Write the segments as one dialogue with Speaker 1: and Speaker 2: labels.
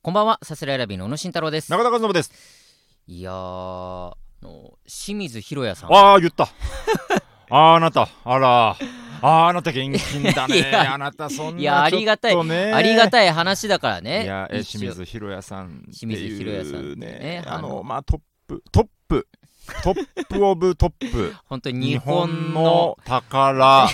Speaker 1: こんばんは、さすらいラビーの小野慎太郎です。
Speaker 2: 中田和信です。
Speaker 1: いやー、あの清水博也さん。
Speaker 2: ああ、言った。 あーあなた、あら、あーあなた現金 だ
Speaker 1: い
Speaker 2: ね。
Speaker 1: や
Speaker 2: あなた、そんなちょっと、ね。
Speaker 1: いやありがたいありがたい話だからね。
Speaker 2: いや、え
Speaker 1: 一応
Speaker 2: 清水博也さんっていう、ね。
Speaker 1: 清水博也さんってね
Speaker 2: あ
Speaker 1: あの
Speaker 2: の、まあ、トップ、トップ、トップオブトップ。
Speaker 1: 本当に
Speaker 2: 日
Speaker 1: 日
Speaker 2: 本
Speaker 1: 本
Speaker 2: の
Speaker 1: の。
Speaker 2: 宝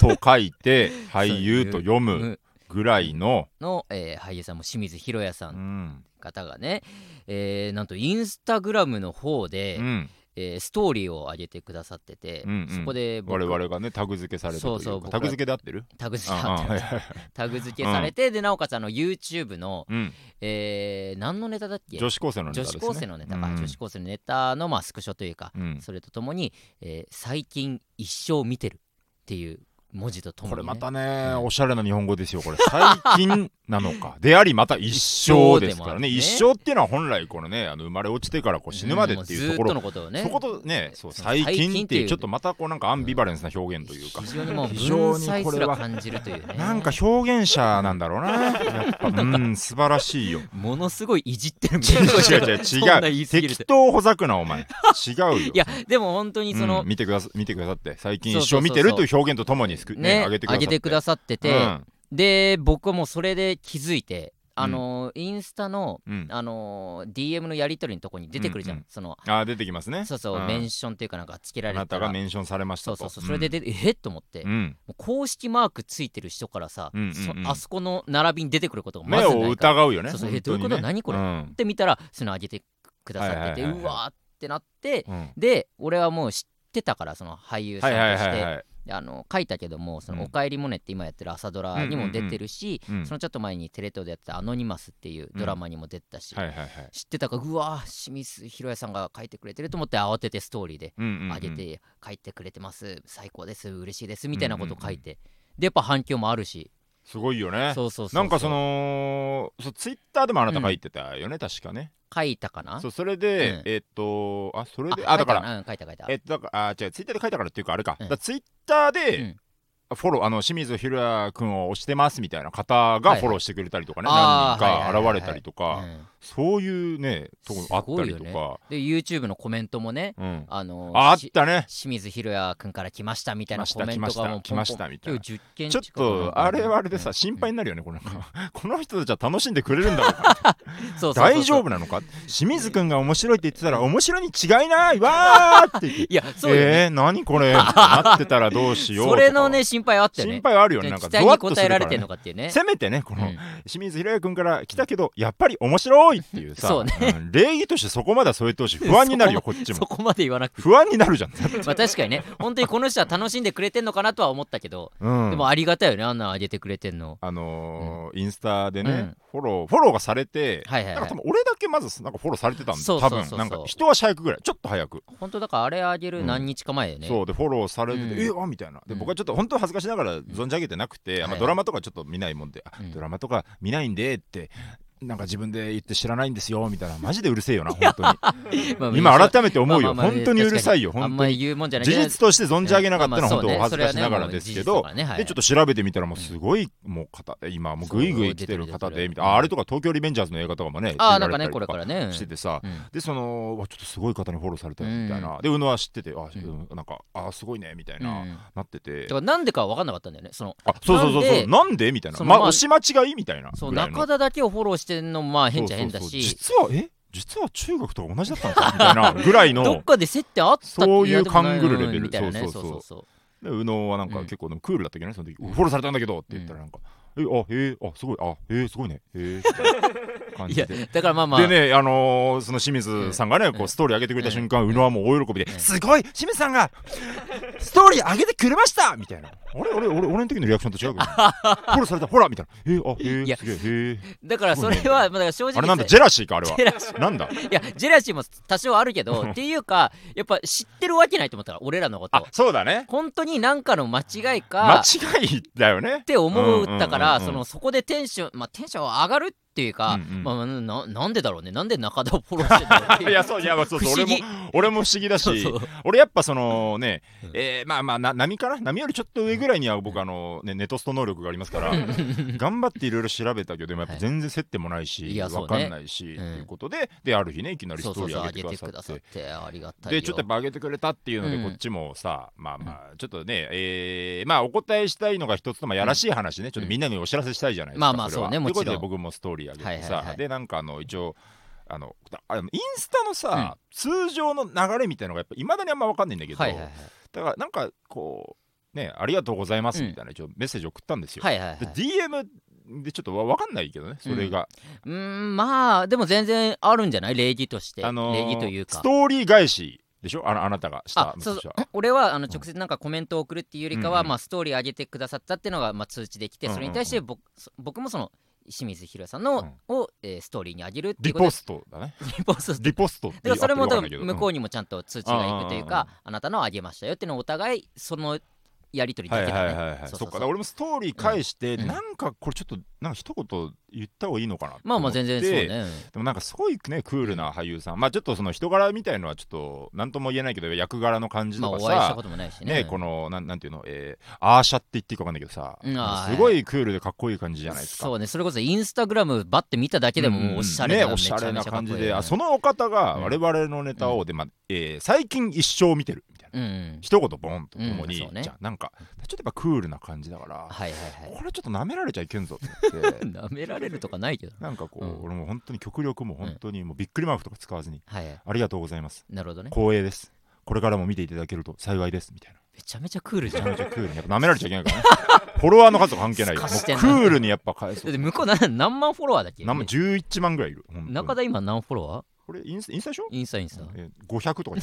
Speaker 2: と書いて、俳優と読むぐらいの。
Speaker 1: の、えー俳優さんも清水博也さ
Speaker 2: うん
Speaker 1: の
Speaker 2: ん。
Speaker 1: 方がね、えーなんとインスタグラムの方で、
Speaker 2: うん。
Speaker 1: えーストーリーを上げてくださってて、
Speaker 2: うんうん
Speaker 1: そこで僕
Speaker 2: 我々がね、タグ付けされたという
Speaker 1: そう
Speaker 2: か。
Speaker 1: そう僕ら
Speaker 2: タグ付けで合ってる
Speaker 1: タグ付
Speaker 2: あ
Speaker 1: け
Speaker 2: あはい
Speaker 1: さ
Speaker 2: はいはい
Speaker 1: タグ付けされて、でなおかつあの YouTube の、
Speaker 2: うん
Speaker 1: えー何のネタだっけ
Speaker 2: 女子高生のネタ
Speaker 1: 女
Speaker 2: です
Speaker 1: 子
Speaker 2: ね。
Speaker 1: 高生のネタか、
Speaker 2: うん
Speaker 1: 女子高生のネタの、まあ、スクショというか、
Speaker 2: うん
Speaker 1: それとともに、えー最近一生見てるっていう文字ととも
Speaker 2: こ
Speaker 1: に、
Speaker 2: れ
Speaker 1: ね、
Speaker 2: またね、
Speaker 1: うん
Speaker 2: おしゃれな日本語ですよ、これ。最近なの か。であり、また一生ですからね。
Speaker 1: 一
Speaker 2: 一
Speaker 1: 生
Speaker 2: 生っていうのは本来、このね、あの生まれ落ちてからこう死ぬまでっていうとこ
Speaker 1: ん
Speaker 2: ろ、
Speaker 1: もずっとのことをね
Speaker 2: そことね、そう
Speaker 1: その
Speaker 2: 最近って
Speaker 1: 最近って
Speaker 2: い
Speaker 1: いう
Speaker 2: う、ちょっとまたこうなんかアンビバレンスな表現というか、
Speaker 1: 非常にもう
Speaker 2: 非常
Speaker 1: 文
Speaker 2: にこれは
Speaker 1: 才すら感じるというね
Speaker 2: なんか表現者なんだろうな。や っぱ、うん、素晴らしいよ。
Speaker 1: ものすごいいじってるみ
Speaker 2: 違
Speaker 1: たいな
Speaker 2: う違う
Speaker 1: そんな
Speaker 2: 違
Speaker 1: 言
Speaker 2: う。
Speaker 1: い過ぎる
Speaker 2: 適当ほざくな、お前。違うよ。
Speaker 1: いやでも本当にその、
Speaker 2: うん見てくださ見てくださって、最近
Speaker 1: そう
Speaker 2: 一
Speaker 1: そうそうそう
Speaker 2: 生見てるという表現とともにスク、ね、
Speaker 1: ね
Speaker 2: 上げてくださ
Speaker 1: 上
Speaker 2: って。
Speaker 1: げてくだ
Speaker 2: さ
Speaker 1: さってて、で僕はもうそれで気づいてあの、インスタの
Speaker 2: うん。うん
Speaker 1: あの DM のやり取りのとこに出てくるじゃん、
Speaker 2: うんうん
Speaker 1: その
Speaker 2: あー、出てきますね。
Speaker 1: そうそう、
Speaker 2: ん
Speaker 1: メンションというかなんかつけら
Speaker 2: あ
Speaker 1: れ
Speaker 2: な
Speaker 1: た
Speaker 2: た
Speaker 1: ら
Speaker 2: がメンションされまし
Speaker 1: そ
Speaker 2: た
Speaker 1: うそ
Speaker 2: と。
Speaker 1: うそうそれで出て、えっと思って、
Speaker 2: う
Speaker 1: も
Speaker 2: ん、
Speaker 1: う公式マークついてる人からさ、
Speaker 2: うんうんうん
Speaker 1: そあそこの並びに出てくることがまず
Speaker 2: 目
Speaker 1: ないから
Speaker 2: を疑うよね。
Speaker 1: そうそう
Speaker 2: 本当にね
Speaker 1: えどういうこと何これ
Speaker 2: うん
Speaker 1: って見たらその上げてくださってて、
Speaker 2: はいはいはいはいう
Speaker 1: わーってなって
Speaker 2: うん
Speaker 1: で俺はもう知ってたからその俳優さ
Speaker 2: は
Speaker 1: ん
Speaker 2: いはい
Speaker 1: と
Speaker 2: は
Speaker 1: し
Speaker 2: い
Speaker 1: て
Speaker 2: はい。
Speaker 1: あの書いたけども「その
Speaker 2: うん
Speaker 1: おかえりモネ」って今やってる朝ドラにも出てるし、
Speaker 2: うんうんうんうん
Speaker 1: そのちょっと前にテレ東でやってた「アノニマス」っていうドラマにも出てたし、
Speaker 2: はいはいはい。
Speaker 1: 知ってたからうわー清水宏也さんが書いてくれてると思って慌ててストーリーで
Speaker 2: うんうんうん
Speaker 1: 上げて書いてくれてます、最高です嬉しいですみたいなこと書いて、でやっぱ反響もあるし、
Speaker 2: すごいよね。
Speaker 1: そうそうそう
Speaker 2: なんかそのそうツイッターでもあなた書いてたよね、確かね。
Speaker 1: 書いたかな
Speaker 2: そうそれで、
Speaker 1: うん
Speaker 2: えっとあそれであだから
Speaker 1: 書いたかなうん書いた書いた
Speaker 2: えっとだからあ違うツイッターで書いたからっていうかあれか。
Speaker 1: うん
Speaker 2: だからツイッターで、
Speaker 1: うん
Speaker 2: フォローあの清水ひろや君を推してますみたいな方がフォローしてくれたりとかね、
Speaker 1: はいはいあー
Speaker 2: 何人か現れたりとか、
Speaker 1: うん
Speaker 2: そういうねとこあったりと
Speaker 1: すごい
Speaker 2: か、
Speaker 1: で YouTube のコメントもね
Speaker 2: うん、
Speaker 1: あの
Speaker 2: ああっ
Speaker 1: した
Speaker 2: ね
Speaker 1: 清水宏也君から来ましたみたいな
Speaker 2: 来
Speaker 1: コ
Speaker 2: ました
Speaker 1: メントがもう
Speaker 2: 来ました来ましたみたいな
Speaker 1: 今日10件
Speaker 2: ちょ
Speaker 1: 近
Speaker 2: っ
Speaker 1: く
Speaker 2: とあれはあれでさ、
Speaker 1: うん
Speaker 2: 心配になるよね、これなんか この人たちは楽しんでくれるんだろう
Speaker 1: そう
Speaker 2: か
Speaker 1: そうそうそう
Speaker 2: 大丈夫なのか清水君が面白いって言ってたら面白いに違いないわーって言って
Speaker 1: いや そうよね、
Speaker 2: えー、何これなってたらどうしようと
Speaker 1: そ
Speaker 2: か
Speaker 1: れのね心配はあったよね
Speaker 2: 心配はあるよねなん
Speaker 1: 期
Speaker 2: か
Speaker 1: 待
Speaker 2: ゾワ
Speaker 1: に
Speaker 2: ッと
Speaker 1: 応
Speaker 2: す
Speaker 1: え
Speaker 2: るからら
Speaker 1: れてる
Speaker 2: ね
Speaker 1: のかっていうね
Speaker 2: せめてねこの、
Speaker 1: うん
Speaker 2: 清水宏也君から来たけどやっぱり面白いっていうさ
Speaker 1: そうね
Speaker 2: ん礼儀としてそこまでは添え てほしい不安になるよこっち
Speaker 1: そ
Speaker 2: も
Speaker 1: こまで言わなくて
Speaker 2: 不安になるじゃん、
Speaker 1: まあ確かにね本当にこの人は楽しんでくれてんのかなとは思ったけど、
Speaker 2: うん、
Speaker 1: でもありがたいよねあんなのあげてくれてんの
Speaker 2: あのーインスタでね、
Speaker 1: うん
Speaker 2: フォローフォローがされて、
Speaker 1: はいはいはい
Speaker 2: なんか多分俺だけまずなんかフォローされてたんで
Speaker 1: そうそう
Speaker 2: 多
Speaker 1: そう
Speaker 2: 分
Speaker 1: そう
Speaker 2: なんか人は早くぐらいちょっと早く、
Speaker 1: 本当だからあれあげる何日か前よね、
Speaker 2: そうでフォローされてて、
Speaker 1: うん
Speaker 2: えわみたいなで、
Speaker 1: うん
Speaker 2: 僕はちょっと本当恥ずかしながら存じ上げてなくて、あ
Speaker 1: は
Speaker 2: んま
Speaker 1: い
Speaker 2: ドラマとかちょっと見ないもんで、あ
Speaker 1: うん
Speaker 2: ドラマとか見ないんでってなんか自分で言って知らないんですよみたいなマジでうるせえよ な本当に
Speaker 1: まあ
Speaker 2: 今改めて思うよ、
Speaker 1: まあまあまあ
Speaker 2: 本当にうるさいよ
Speaker 1: 確かにあん
Speaker 2: 本当
Speaker 1: まり
Speaker 2: に
Speaker 1: 言うもんじゃない
Speaker 2: 事実として存じ上げなかったのは
Speaker 1: うん
Speaker 2: 本当お恥ずかしなが
Speaker 1: まあまあそうね
Speaker 2: らですけど、
Speaker 1: それはねもう事実だからねはい
Speaker 2: でちょっと調べてみたらもうすごいもう方今もうグイグイ来てる
Speaker 1: そう出てる
Speaker 2: 方
Speaker 1: 出てる
Speaker 2: でみたいなああれとか東京リベンジャーズの映画とかもね
Speaker 1: ああ
Speaker 2: 出
Speaker 1: なんからね
Speaker 2: れたり
Speaker 1: ことれからね
Speaker 2: しててさ、
Speaker 1: うん
Speaker 2: でそのうわちょっとすごい方にフォローされたよみたいな、
Speaker 1: う
Speaker 2: で宇野は知っててあ、
Speaker 1: ん
Speaker 2: なんかあすごいねみたい
Speaker 1: うん
Speaker 2: な、
Speaker 1: だ
Speaker 2: なってて
Speaker 1: からなんでかは分かんなかったんだよねその
Speaker 2: あそうそうそ
Speaker 1: な
Speaker 2: う
Speaker 1: ん
Speaker 2: そ
Speaker 1: で
Speaker 2: うなんでみたいな
Speaker 1: その
Speaker 2: まあ
Speaker 1: まあ
Speaker 2: 押し間違いみたいな
Speaker 1: そう
Speaker 2: ぐらいの
Speaker 1: 中田だけをフォローしてんのもまあ変っちゃ変だ
Speaker 2: そうそうそう
Speaker 1: し
Speaker 2: 実はえ実は中学とか同じだったんですか みたいなぐらいの
Speaker 1: どっかで接点あったって
Speaker 2: そういう
Speaker 1: でもない
Speaker 2: 勘ぐるレベル
Speaker 1: みたいなね
Speaker 2: そ
Speaker 1: そううそう
Speaker 2: そ
Speaker 1: う
Speaker 2: そう
Speaker 1: そうそう
Speaker 2: で宇野はなんか
Speaker 1: うん
Speaker 2: 結構でもクールだったけどねその時、フォローされたんだけどって言ったらなんか、えあへえあすごいあへえすごいねへえみたいな感
Speaker 1: い
Speaker 2: じ
Speaker 1: や
Speaker 2: で。
Speaker 1: だからまあまあ
Speaker 2: でね、あのーその清水さんがね、
Speaker 1: う
Speaker 2: こ
Speaker 1: ん
Speaker 2: うストーリー上げてくれた瞬間、
Speaker 1: うん
Speaker 2: 宇野はもう大喜びで、
Speaker 1: うん
Speaker 2: すごい清水さんがストーリー上げてくれましたみたいな。あれ俺、俺、俺の時のリアクションと違うけど、 フォローされた、ほらみたいな。えあ、へ
Speaker 1: い
Speaker 2: え
Speaker 1: や
Speaker 2: すげえ、へえ。
Speaker 1: だからそれはまあだから正直
Speaker 2: あれなんだ、
Speaker 1: さ
Speaker 2: ジェラシーか、あれは
Speaker 1: ジェ。
Speaker 2: なんだ
Speaker 1: いやジェラシーも多少あるけどっていうかやっぱ知ってるわけないと思ったから俺らのこ
Speaker 2: あ
Speaker 1: と、
Speaker 2: そうだね。
Speaker 1: 本当になんかの間違いか
Speaker 2: 間違いだよ
Speaker 1: っ
Speaker 2: ね。
Speaker 1: て思ったから
Speaker 2: うんうんうんうん
Speaker 1: そのそこでテンションまあテンション上がるっていうか、
Speaker 2: うんうん
Speaker 1: まあ、ななんでだろうねなんで中田をフォローしてるのって
Speaker 2: い
Speaker 1: いう
Speaker 2: やそういやそう
Speaker 1: 不
Speaker 2: そ
Speaker 1: 思
Speaker 2: う俺も
Speaker 1: 議
Speaker 2: 俺も不思議だし
Speaker 1: そうそう
Speaker 2: 俺やっぱそのね、
Speaker 1: うん
Speaker 2: えーまあまあな波から波よりちょっと上ぐらいには僕あの、ね、ネトスト能力がありますから頑張っていろいろ調べたけどでもやっぱ
Speaker 1: はい
Speaker 2: 全然接点もない
Speaker 1: い
Speaker 2: し、
Speaker 1: や
Speaker 2: わ
Speaker 1: そうね
Speaker 2: 分かんないし、
Speaker 1: うん
Speaker 2: ということでである日ねいきなり
Speaker 1: そ
Speaker 2: ス
Speaker 1: う
Speaker 2: ト
Speaker 1: そ
Speaker 2: ー
Speaker 1: う
Speaker 2: リ
Speaker 1: そう上げ
Speaker 2: ー上げ
Speaker 1: て
Speaker 2: て
Speaker 1: く
Speaker 2: く
Speaker 1: だ
Speaker 2: だ
Speaker 1: さ
Speaker 2: さ
Speaker 1: っ
Speaker 2: って
Speaker 1: ありがたいよ
Speaker 2: でちょっとやっぱ上げてくれたっていうので、
Speaker 1: うん
Speaker 2: こっちもさまあまあちょっとね、えーまあお答えしたいのが一つとまあやらしい話ね、ちょっとみんなにお知らせしたいじゃないですか、
Speaker 1: まあまあ
Speaker 2: れは
Speaker 1: そうねもちろん
Speaker 2: ということで僕もストーリー上げてさ、
Speaker 1: はいはいはい
Speaker 2: でなんかあの一応あのあのインスタのさ、通常の流れみたいなのがやっぱいまだにあんま分かんないんだけど、
Speaker 1: はいはいはい
Speaker 2: だからなんかこうねありがとうございますみたいな一応メッセージ送ったんですよ、
Speaker 1: はいはいはい
Speaker 2: で DM でちょっとわ分かんないけどねそれが、
Speaker 1: うーんまあでも全然あるんじゃない礼儀として、
Speaker 2: あのー
Speaker 1: 礼儀というか
Speaker 2: ストーリー返しでしょあのあなたがした
Speaker 1: あそう
Speaker 2: 私
Speaker 1: そう
Speaker 2: は
Speaker 1: 俺はあの直接なんかコメントを送るっていうよりかは、
Speaker 2: うんうん
Speaker 1: まあ、ストーリー上げてくださったっていうのが、まあ、通知できて
Speaker 2: うんうん
Speaker 1: そ
Speaker 2: うん
Speaker 1: れに対して僕,そ、僕もその清水宏さんの、を、えーストーリーに上げるってい
Speaker 2: リ
Speaker 1: うこと
Speaker 2: ポ
Speaker 1: で
Speaker 2: ストだね
Speaker 1: リポスト
Speaker 2: リポストって
Speaker 1: でもそれも
Speaker 2: 合
Speaker 1: 多
Speaker 2: ってる
Speaker 1: 分
Speaker 2: わ
Speaker 1: 向こう
Speaker 2: けだけど
Speaker 1: にもちゃんと通知がいくというか、あなたのあげましたよっていうのをお互いそのやり取り
Speaker 2: うん
Speaker 1: だ
Speaker 2: は
Speaker 1: け
Speaker 2: い
Speaker 1: だ
Speaker 2: は
Speaker 1: ね
Speaker 2: いはいはい
Speaker 1: そ
Speaker 2: そ
Speaker 1: そう
Speaker 2: う
Speaker 1: そう
Speaker 2: っかだから俺もストーリー返して、
Speaker 1: うん
Speaker 2: なんかこれちょっとなんか一言言った方がいいのかなと思って
Speaker 1: まあまあ全然そうね
Speaker 2: でもなんかすごいねクールな俳優さんまあちょっとその人柄みたいのはちょっと何とも言えないけど役柄の感じ
Speaker 1: まあ
Speaker 2: とか
Speaker 1: お
Speaker 2: さ、
Speaker 1: 会いしたこともないしね
Speaker 2: ねこのなんなんていうの、えー、アーシャって言っていいか分かんないけどさ、
Speaker 1: うんあー
Speaker 2: すごいクールでかっこいい感じじゃないですか。
Speaker 1: そうねそれこそインスタグラムバッて見ただけでも
Speaker 2: うんうん
Speaker 1: もうおしゃれだ
Speaker 2: ね、おしゃれな感じで、あそ
Speaker 1: の
Speaker 2: のお方が
Speaker 1: うん
Speaker 2: 我々のネタを、でまあえー最近一生見てるみたいな、
Speaker 1: うんうん
Speaker 2: 一言ボンととも
Speaker 1: うん
Speaker 2: に、
Speaker 1: そうね
Speaker 2: じゃあなんかちょっとやっぱクールな感じだから、
Speaker 1: はいはいは
Speaker 2: これちょっと舐められちゃいけんぞって思っ て。
Speaker 1: い舐められるとかないけど
Speaker 2: なんかこう、
Speaker 1: うん
Speaker 2: 俺もう本当に極力もう本当にもうびっくりマークとか使わずに、
Speaker 1: はいはい
Speaker 2: ありがとうございます
Speaker 1: なるほどね
Speaker 2: 光栄ですこれからも見ていただけると幸いですみたいな
Speaker 1: めちゃめちゃクールじ
Speaker 2: め
Speaker 1: ゃ
Speaker 2: ちゃめ
Speaker 1: ん
Speaker 2: ちゃクールにやっぱ舐められちゃいけないからねフォロワーの数とか関係ないよ
Speaker 1: す
Speaker 2: も
Speaker 1: か
Speaker 2: う
Speaker 1: し
Speaker 2: ク
Speaker 1: てんな
Speaker 2: ールにやっぱ返す
Speaker 1: だって向こう何何万フォロワーだっけ
Speaker 2: 何万11万ぐらいいる本当に
Speaker 1: 中田今何フォロワー
Speaker 2: これインスインスタでしょ
Speaker 1: インスタインスタめ
Speaker 2: えー500とかに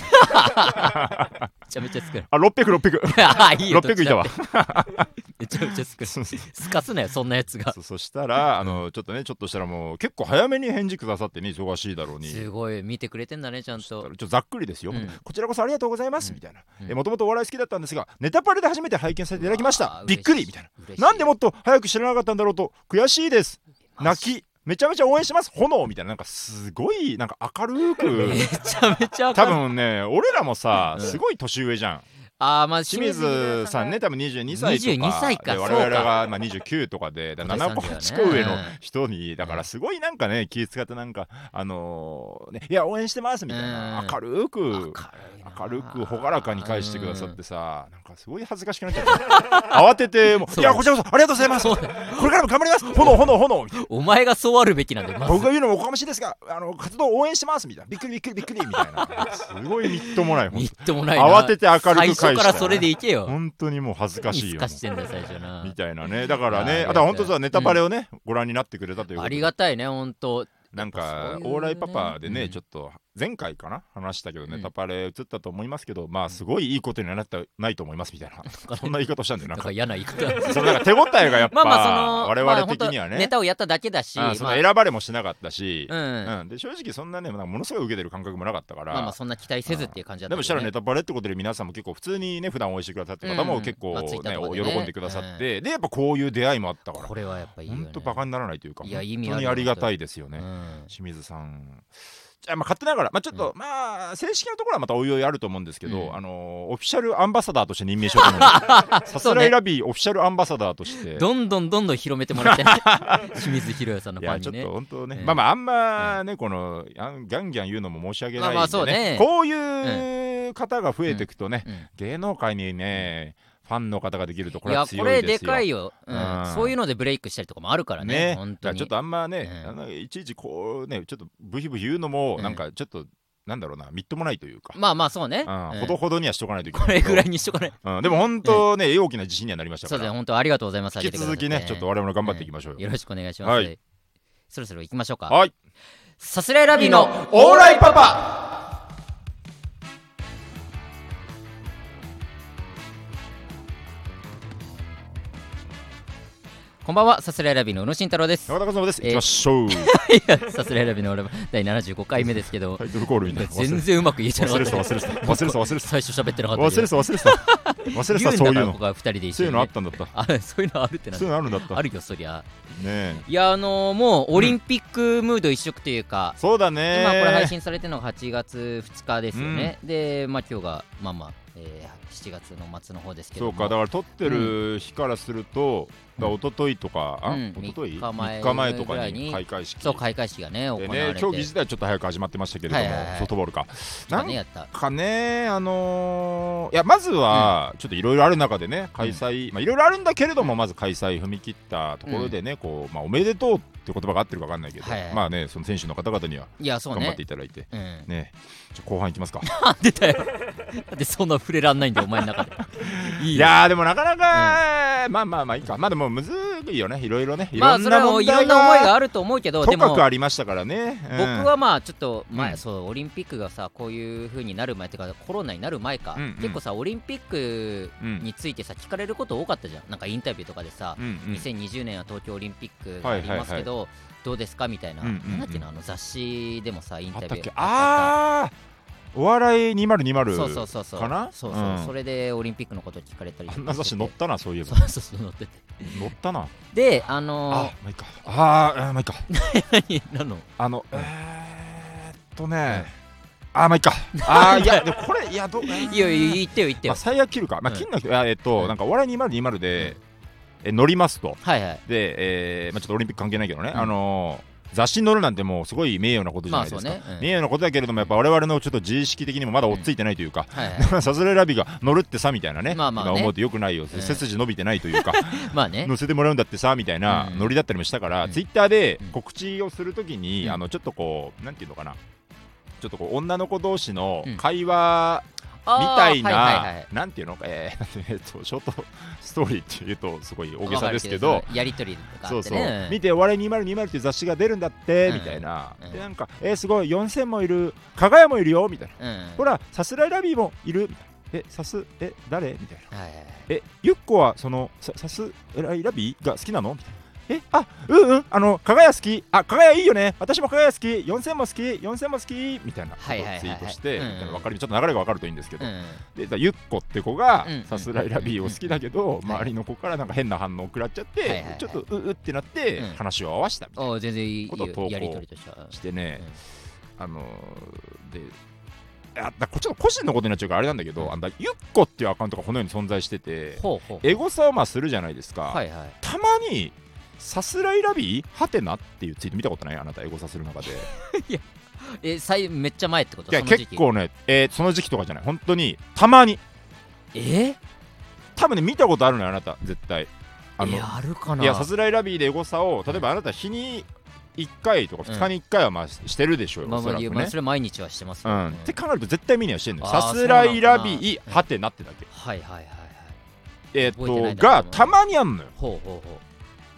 Speaker 1: ちゃめちゃ少 ない
Speaker 2: あ600600
Speaker 1: あいいよどっ
Speaker 2: 600
Speaker 1: ち
Speaker 2: い
Speaker 1: だ
Speaker 2: た
Speaker 1: っ
Speaker 2: わ
Speaker 1: てめちゃめちゃ少ない
Speaker 2: そうそう
Speaker 1: すかすなよそんなやつが
Speaker 2: そそしたらあのちょっとねちょっとしたらもう結構早めに返事くださってね忙しいだろうに
Speaker 1: すごい見てくれてんだねちゃん
Speaker 2: ちょ
Speaker 1: と
Speaker 2: っとざっくりですよ、
Speaker 1: うん
Speaker 2: こちらこそありがとうございます、みたいな
Speaker 1: うん
Speaker 2: えもともとお笑い好きだったんですがネタパレで初めて拝見させていただきまし
Speaker 1: うわー
Speaker 2: たびっく
Speaker 1: 嬉し
Speaker 2: り
Speaker 1: い
Speaker 2: みたいな
Speaker 1: 嬉しい
Speaker 2: なんでもっと早く知らなかったんだろうと悔しいです泣きめちゃめちゃ応援します炎みたいななんかすごいなんか明るく
Speaker 1: めちゃめちゃ
Speaker 2: 多分ね俺らもさ
Speaker 1: うん
Speaker 2: すごい年上じゃん
Speaker 1: あーまあ
Speaker 2: 清水さんね多分22歳とか
Speaker 1: 22歳か
Speaker 2: で
Speaker 1: そう
Speaker 2: 我
Speaker 1: か
Speaker 2: 々がまあ29とかでだから7個
Speaker 1: 今年
Speaker 2: 8
Speaker 1: 30
Speaker 2: 個
Speaker 1: だね
Speaker 2: 上の人にだからすごいなんかね気使ってなんかあのーねいや応援してますみたいな
Speaker 1: うん
Speaker 2: 明るく明るく朗らかに返してくださってさなんかすごい恥ずかしくなっちゃった 慌ててもう
Speaker 1: そう
Speaker 2: いやこちらこそありがとうございますこれからも頑張ります炎炎炎みたいな
Speaker 1: お前がそうあるべきなんだよまず
Speaker 2: 僕が言うのもおこがましいですがあの活動応援してますみたいなびっくりびっくりびっくりみたいなすごいみっともない
Speaker 1: み
Speaker 2: 本
Speaker 1: っともな
Speaker 2: 当
Speaker 1: いな
Speaker 2: 慌てて明るく
Speaker 1: 最
Speaker 2: 返した
Speaker 1: 初からそれでいけよ
Speaker 2: 本当にもう恥ずかし
Speaker 1: 見
Speaker 2: いよ
Speaker 1: 透かしてんだよ最初な
Speaker 2: みたいなねだから
Speaker 1: い
Speaker 2: ね
Speaker 1: や
Speaker 2: あとは本当さネタパレをね、ご覧になってくれたというこ
Speaker 1: あ
Speaker 2: と
Speaker 1: り
Speaker 2: で
Speaker 1: がたいね本当
Speaker 2: なん
Speaker 1: や
Speaker 2: か
Speaker 1: っぱそういうね
Speaker 2: オーライパパでね、
Speaker 1: うん
Speaker 2: ちょっと前回かな話したけど
Speaker 1: ん
Speaker 2: ネタパレ映ったと思いますけど、まあすごいいいことにはなってないと思いますみたい なそんな言い方したんだよ
Speaker 1: な
Speaker 2: なんん
Speaker 1: か
Speaker 2: か
Speaker 1: 嫌な言い方
Speaker 2: そのなんか手応えがやっ
Speaker 1: ま
Speaker 2: ぱ、
Speaker 1: あまあそ
Speaker 2: 我
Speaker 1: の
Speaker 2: 々的には
Speaker 1: まあ本当
Speaker 2: ね
Speaker 1: ネ、タをやっただけだし
Speaker 2: うんその
Speaker 1: まあ
Speaker 2: 選ばれもしなかったし、
Speaker 1: うん
Speaker 2: うんで正直そんなねなんかものすごい受けてる感覚もなかったから、
Speaker 1: まあまあそんな期待せずっていう感じだった
Speaker 2: でもしたらネ
Speaker 1: タ
Speaker 2: タバレってことで皆さんも結構普通にね普段応援してくださってる方も結構
Speaker 1: うんまあ
Speaker 2: ね
Speaker 1: Twitter とかでね
Speaker 2: 喜んでくださって、でやっぱこういう出会いもあったから
Speaker 1: これはやっぱいいよ
Speaker 2: 本
Speaker 1: ね
Speaker 2: 当バカにならないというか
Speaker 1: いや意味ある
Speaker 2: 本当にありがたいですよね、
Speaker 1: うん
Speaker 2: 清水さんじゃあまあ勝手ながら、まあ、ちょっと、まあ正式なところはまたおいおいあると思うんですけど、
Speaker 1: うん
Speaker 2: あのーオフィシャルアンバサダーとして任命しようと思い ますさすらいラビーオフィシャルアンバサダーとして
Speaker 1: どんどんどんどん広めてもら ってね清水宏也さんの
Speaker 2: い
Speaker 1: ファ
Speaker 2: や
Speaker 1: ン
Speaker 2: ちょ
Speaker 1: に
Speaker 2: っと
Speaker 1: ね
Speaker 2: 本当ね、
Speaker 1: うん
Speaker 2: まあまああんまね、このあんギャンギャン言うのも申し訳ないんで、ね
Speaker 1: まあまあそうね
Speaker 2: こういう方が増えていくとね、
Speaker 1: うん
Speaker 2: 芸能界にねファンの方ができるとこ
Speaker 1: い
Speaker 2: れ
Speaker 1: や
Speaker 2: は
Speaker 1: こ
Speaker 2: 強い
Speaker 1: れ
Speaker 2: で
Speaker 1: です
Speaker 2: よ
Speaker 1: かいよ、うん
Speaker 2: うん
Speaker 1: そういうのでブレイクしたりとかもあるからね
Speaker 2: ね
Speaker 1: 本
Speaker 2: だ
Speaker 1: 当
Speaker 2: から
Speaker 1: に
Speaker 2: ちょっとあんまね、
Speaker 1: うん
Speaker 2: あのいちいちこうねちょっとブヒブヒ言うのも
Speaker 1: うん
Speaker 2: なんかちょっと、なんだろうなみっともないというか、
Speaker 1: まあまあそうね、
Speaker 2: う
Speaker 1: うんん
Speaker 2: ほどほどにはしとかないといけない
Speaker 1: これぐらい
Speaker 2: い、
Speaker 1: にしとかない
Speaker 2: うん、でも本当ね、大きな自信にはなりました
Speaker 1: そ
Speaker 2: か
Speaker 1: うですね
Speaker 2: ら
Speaker 1: 本当ありがとうございます
Speaker 2: 引き続きねちょっと我々も頑張っていきましょうよ、
Speaker 1: よろしくお願いします、
Speaker 2: はい
Speaker 1: そろそろ行きましょうか
Speaker 2: はい
Speaker 1: さすらいラビーの
Speaker 2: オーライパパ
Speaker 1: こんばんはさすらいラビーの宇野慎太郎です
Speaker 2: 中田和夫です、
Speaker 1: えー
Speaker 2: いきま しょう
Speaker 1: いやさすらいラビーの俺は第75回目ですけど
Speaker 2: タイトルコールみたいな忘れ
Speaker 1: 全
Speaker 2: て
Speaker 1: 然うまく言えちゃ
Speaker 2: た
Speaker 1: なか
Speaker 2: 忘
Speaker 1: っ
Speaker 2: れて
Speaker 1: た
Speaker 2: た忘れてた忘れてた忘れてた
Speaker 1: 最初喋ってなかった
Speaker 2: 忘
Speaker 1: け
Speaker 2: れ
Speaker 1: ど
Speaker 2: てた忘れてた忘れて
Speaker 1: 言
Speaker 2: た
Speaker 1: うん
Speaker 2: そう
Speaker 1: だ
Speaker 2: い
Speaker 1: から
Speaker 2: う
Speaker 1: こ
Speaker 2: の
Speaker 1: こは2人で一緒に、ね、
Speaker 2: そういうのあったんだった
Speaker 1: あそういうのあるってなん
Speaker 2: そうい
Speaker 1: だ
Speaker 2: うのあるんだっ
Speaker 1: あ
Speaker 2: たね
Speaker 1: るよそりゃ
Speaker 2: え
Speaker 1: いやあのーもうオリンピックムード一色というか、
Speaker 2: そうだ
Speaker 1: 今これ配
Speaker 2: ね
Speaker 1: 信されてるのが8月2日ですよね、でまあ今日がまあまあ、えー7月の末の方ですけど
Speaker 2: そ
Speaker 1: も
Speaker 2: うかだから撮ってる日からすると
Speaker 1: うん
Speaker 2: だから一昨日とかあ
Speaker 1: うん
Speaker 2: 一昨日
Speaker 1: 三日前
Speaker 2: 3日前と
Speaker 1: ぐ
Speaker 2: から
Speaker 1: い
Speaker 2: に
Speaker 1: に
Speaker 2: 開会式
Speaker 1: そう開会式がね行わ
Speaker 2: で
Speaker 1: れて、
Speaker 2: ね競技自体はちょっと早く始まってましたけれども
Speaker 1: はいはいはい
Speaker 2: ソフトボールかなん
Speaker 1: ねやった
Speaker 2: かねあのーいやまずはちょっといろいろある中でね開催まあいろいろあるんだけれどもまず開催踏み切ったところでねこうまあおめでとうって言葉が合ってるか分かんないけど
Speaker 1: はいはい
Speaker 2: まあねその選手の方々にはい
Speaker 1: やそう
Speaker 2: 頑張っ
Speaker 1: ね
Speaker 2: ていただいて
Speaker 1: うん、
Speaker 2: ねじゃあ後半いきますか
Speaker 1: なんでだよなんでそんな触れらんないんだよお前の中で いい
Speaker 2: い
Speaker 1: よ
Speaker 2: やーでもなかなか、まあまあまあいいかまあでもむずいよねいろいろねい
Speaker 1: ま
Speaker 2: ろ
Speaker 1: あ
Speaker 2: ん
Speaker 1: それ
Speaker 2: な
Speaker 1: はもう
Speaker 2: 問
Speaker 1: いろ
Speaker 2: 題
Speaker 1: んな思いが
Speaker 2: が
Speaker 1: あると思うけど
Speaker 2: と
Speaker 1: でも
Speaker 2: かくありましたからね、うん
Speaker 1: 僕はまあちょっと前、
Speaker 2: うん
Speaker 1: そうオリンピックがさこういう風になる前っていうかコロナになる前か、
Speaker 2: うんうん
Speaker 1: 結構さオリンピック
Speaker 2: うん
Speaker 1: についてさ聞かれること多かったじゃんなんかインタビューとかでさ、
Speaker 2: うんうん
Speaker 1: 2020年は東京オリンピックがありますけど、どうですかみたいな、
Speaker 2: うんうんうん
Speaker 1: なんだっけなあの雑誌でもさイン
Speaker 2: あ
Speaker 1: タ
Speaker 2: っ
Speaker 1: ビュー
Speaker 2: たっけあーお笑い2020
Speaker 1: そうそうそうそう
Speaker 2: かな
Speaker 1: そうそう、
Speaker 2: うん
Speaker 1: それでオリンピックのこと聞かれたりと
Speaker 2: あ
Speaker 1: か
Speaker 2: んな雑誌載ったなそういえば
Speaker 1: そうそうそう載ってて
Speaker 2: 載ったな
Speaker 1: であ
Speaker 2: あ
Speaker 1: の
Speaker 2: まあいいかあーあーまあいいか
Speaker 1: ー、何なの
Speaker 2: あのえーっとねあーまあいいかあ ーいやでもこれいやどう
Speaker 1: いいよいいよ言ってよ言って
Speaker 2: ま
Speaker 1: よ
Speaker 2: あ、最悪切るかまあ
Speaker 1: うん
Speaker 2: 金の人、あえーっと、
Speaker 1: うん
Speaker 2: なんかお笑い2020で、え乗りますと
Speaker 1: はいはい
Speaker 2: で、えーまあ、ちょっとオリンピック関係ないけどね、
Speaker 1: うん
Speaker 2: あのー雑誌に載るなんてもうすごい名誉なことじ
Speaker 1: ま
Speaker 2: ゃな
Speaker 1: あ
Speaker 2: い
Speaker 1: そ
Speaker 2: で
Speaker 1: う
Speaker 2: すか、
Speaker 1: ね、うん
Speaker 2: 名誉なことだけれどもやっぱ我々のちょっと自意識的にもまだ追っついてないというか、
Speaker 1: はいはい、
Speaker 2: サズレラビが乗るってさみたいなね,、
Speaker 1: まあまあね
Speaker 2: 今思うとよくないよ、
Speaker 1: うん
Speaker 2: 背筋伸びてないというか
Speaker 1: まあ ね
Speaker 2: 乗せてもらうんだってさみたいな
Speaker 1: うん
Speaker 2: ノリだったりもしたから、
Speaker 1: うん
Speaker 2: ツイッターで
Speaker 1: うん
Speaker 2: 告知をするときに、
Speaker 1: うん
Speaker 2: あのちょっとこうなんていうのかなちょっとこう女の子同士の
Speaker 1: うん
Speaker 2: 会話み
Speaker 1: あー
Speaker 2: たいな、
Speaker 1: はいはいはい
Speaker 2: なんていうのか、えーえーっとショートストーリーっていうとすごい大げ
Speaker 1: わか
Speaker 2: さ
Speaker 1: る
Speaker 2: ですけど、
Speaker 1: そのやりとりとかあってね
Speaker 2: そうそう、
Speaker 1: ん
Speaker 2: 見て「お笑い2020」っていう雑誌が出るんだって、
Speaker 1: うん
Speaker 2: みたいな、
Speaker 1: うん
Speaker 2: でなんか「えーすごい4000もいる加賀屋もいるよ」みたいな、
Speaker 1: うん
Speaker 2: ほらさすらいラビーもいるみたいなえさすえ誰みたいな
Speaker 1: はいはいはい
Speaker 2: えゆっこはそのささすらいラビーが好きなのみたいなえあうんうんあの加賀屋好きあ加賀屋いいよね私も加賀屋好き4000も好き4000も好きみたいなこと
Speaker 1: は
Speaker 2: を
Speaker 1: いはいはいはい
Speaker 2: ツイートして、
Speaker 1: うん
Speaker 2: みたいなわかるちょっと流れが分かるといいんですけど、
Speaker 1: うん
Speaker 2: でだからゆっこって子が
Speaker 1: うん
Speaker 2: さすらいラビーを好きだけど、
Speaker 1: んはい
Speaker 2: 周りの子からなんか変な反応を食らっちゃって、
Speaker 1: はいはいはい
Speaker 2: ちょっとううってなって
Speaker 1: うん
Speaker 2: 話を合わせたみたいな、
Speaker 1: ああ全然いい
Speaker 2: ことを投稿
Speaker 1: よやりとりとしては
Speaker 2: してね、あのーであだこっちの個人のことになっちゃうからあれなんだけど、あんだゆっこっていうアカウントがこのように存在してて
Speaker 1: ほうほう
Speaker 2: エゴサをまあするじゃないですか、
Speaker 1: はいはい
Speaker 2: たまにさすらいラビーはてなっていうツイート見たことないあなたエゴサす る中で
Speaker 1: え最めっちゃ前ってこと
Speaker 2: いや
Speaker 1: その時
Speaker 2: 結構ね、えーその時期とかじゃない本当にたまに
Speaker 1: え
Speaker 2: 多分ね見たことあるのよあなた絶対あの
Speaker 1: えあるかない
Speaker 2: やさすらいラビーでエゴサを例えばあなた日に1回とか2日に1回はまあしてるでしょうよ、
Speaker 1: まあ
Speaker 2: おそ
Speaker 1: まあ
Speaker 2: らくね、
Speaker 1: まあそれ毎日はしてます
Speaker 2: う
Speaker 1: よ
Speaker 2: ん、
Speaker 1: うん
Speaker 2: って考えると絶対見にはしてんのよ
Speaker 1: あー
Speaker 2: さすらいラビ
Speaker 1: そうなんだ
Speaker 2: ー
Speaker 1: うん
Speaker 2: はてなってだけ
Speaker 1: はいはいはいはい
Speaker 2: え
Speaker 1: 覚えてな
Speaker 2: ーっ
Speaker 1: い
Speaker 2: と
Speaker 1: な
Speaker 2: がたまにあんのよ
Speaker 1: ほうほうほう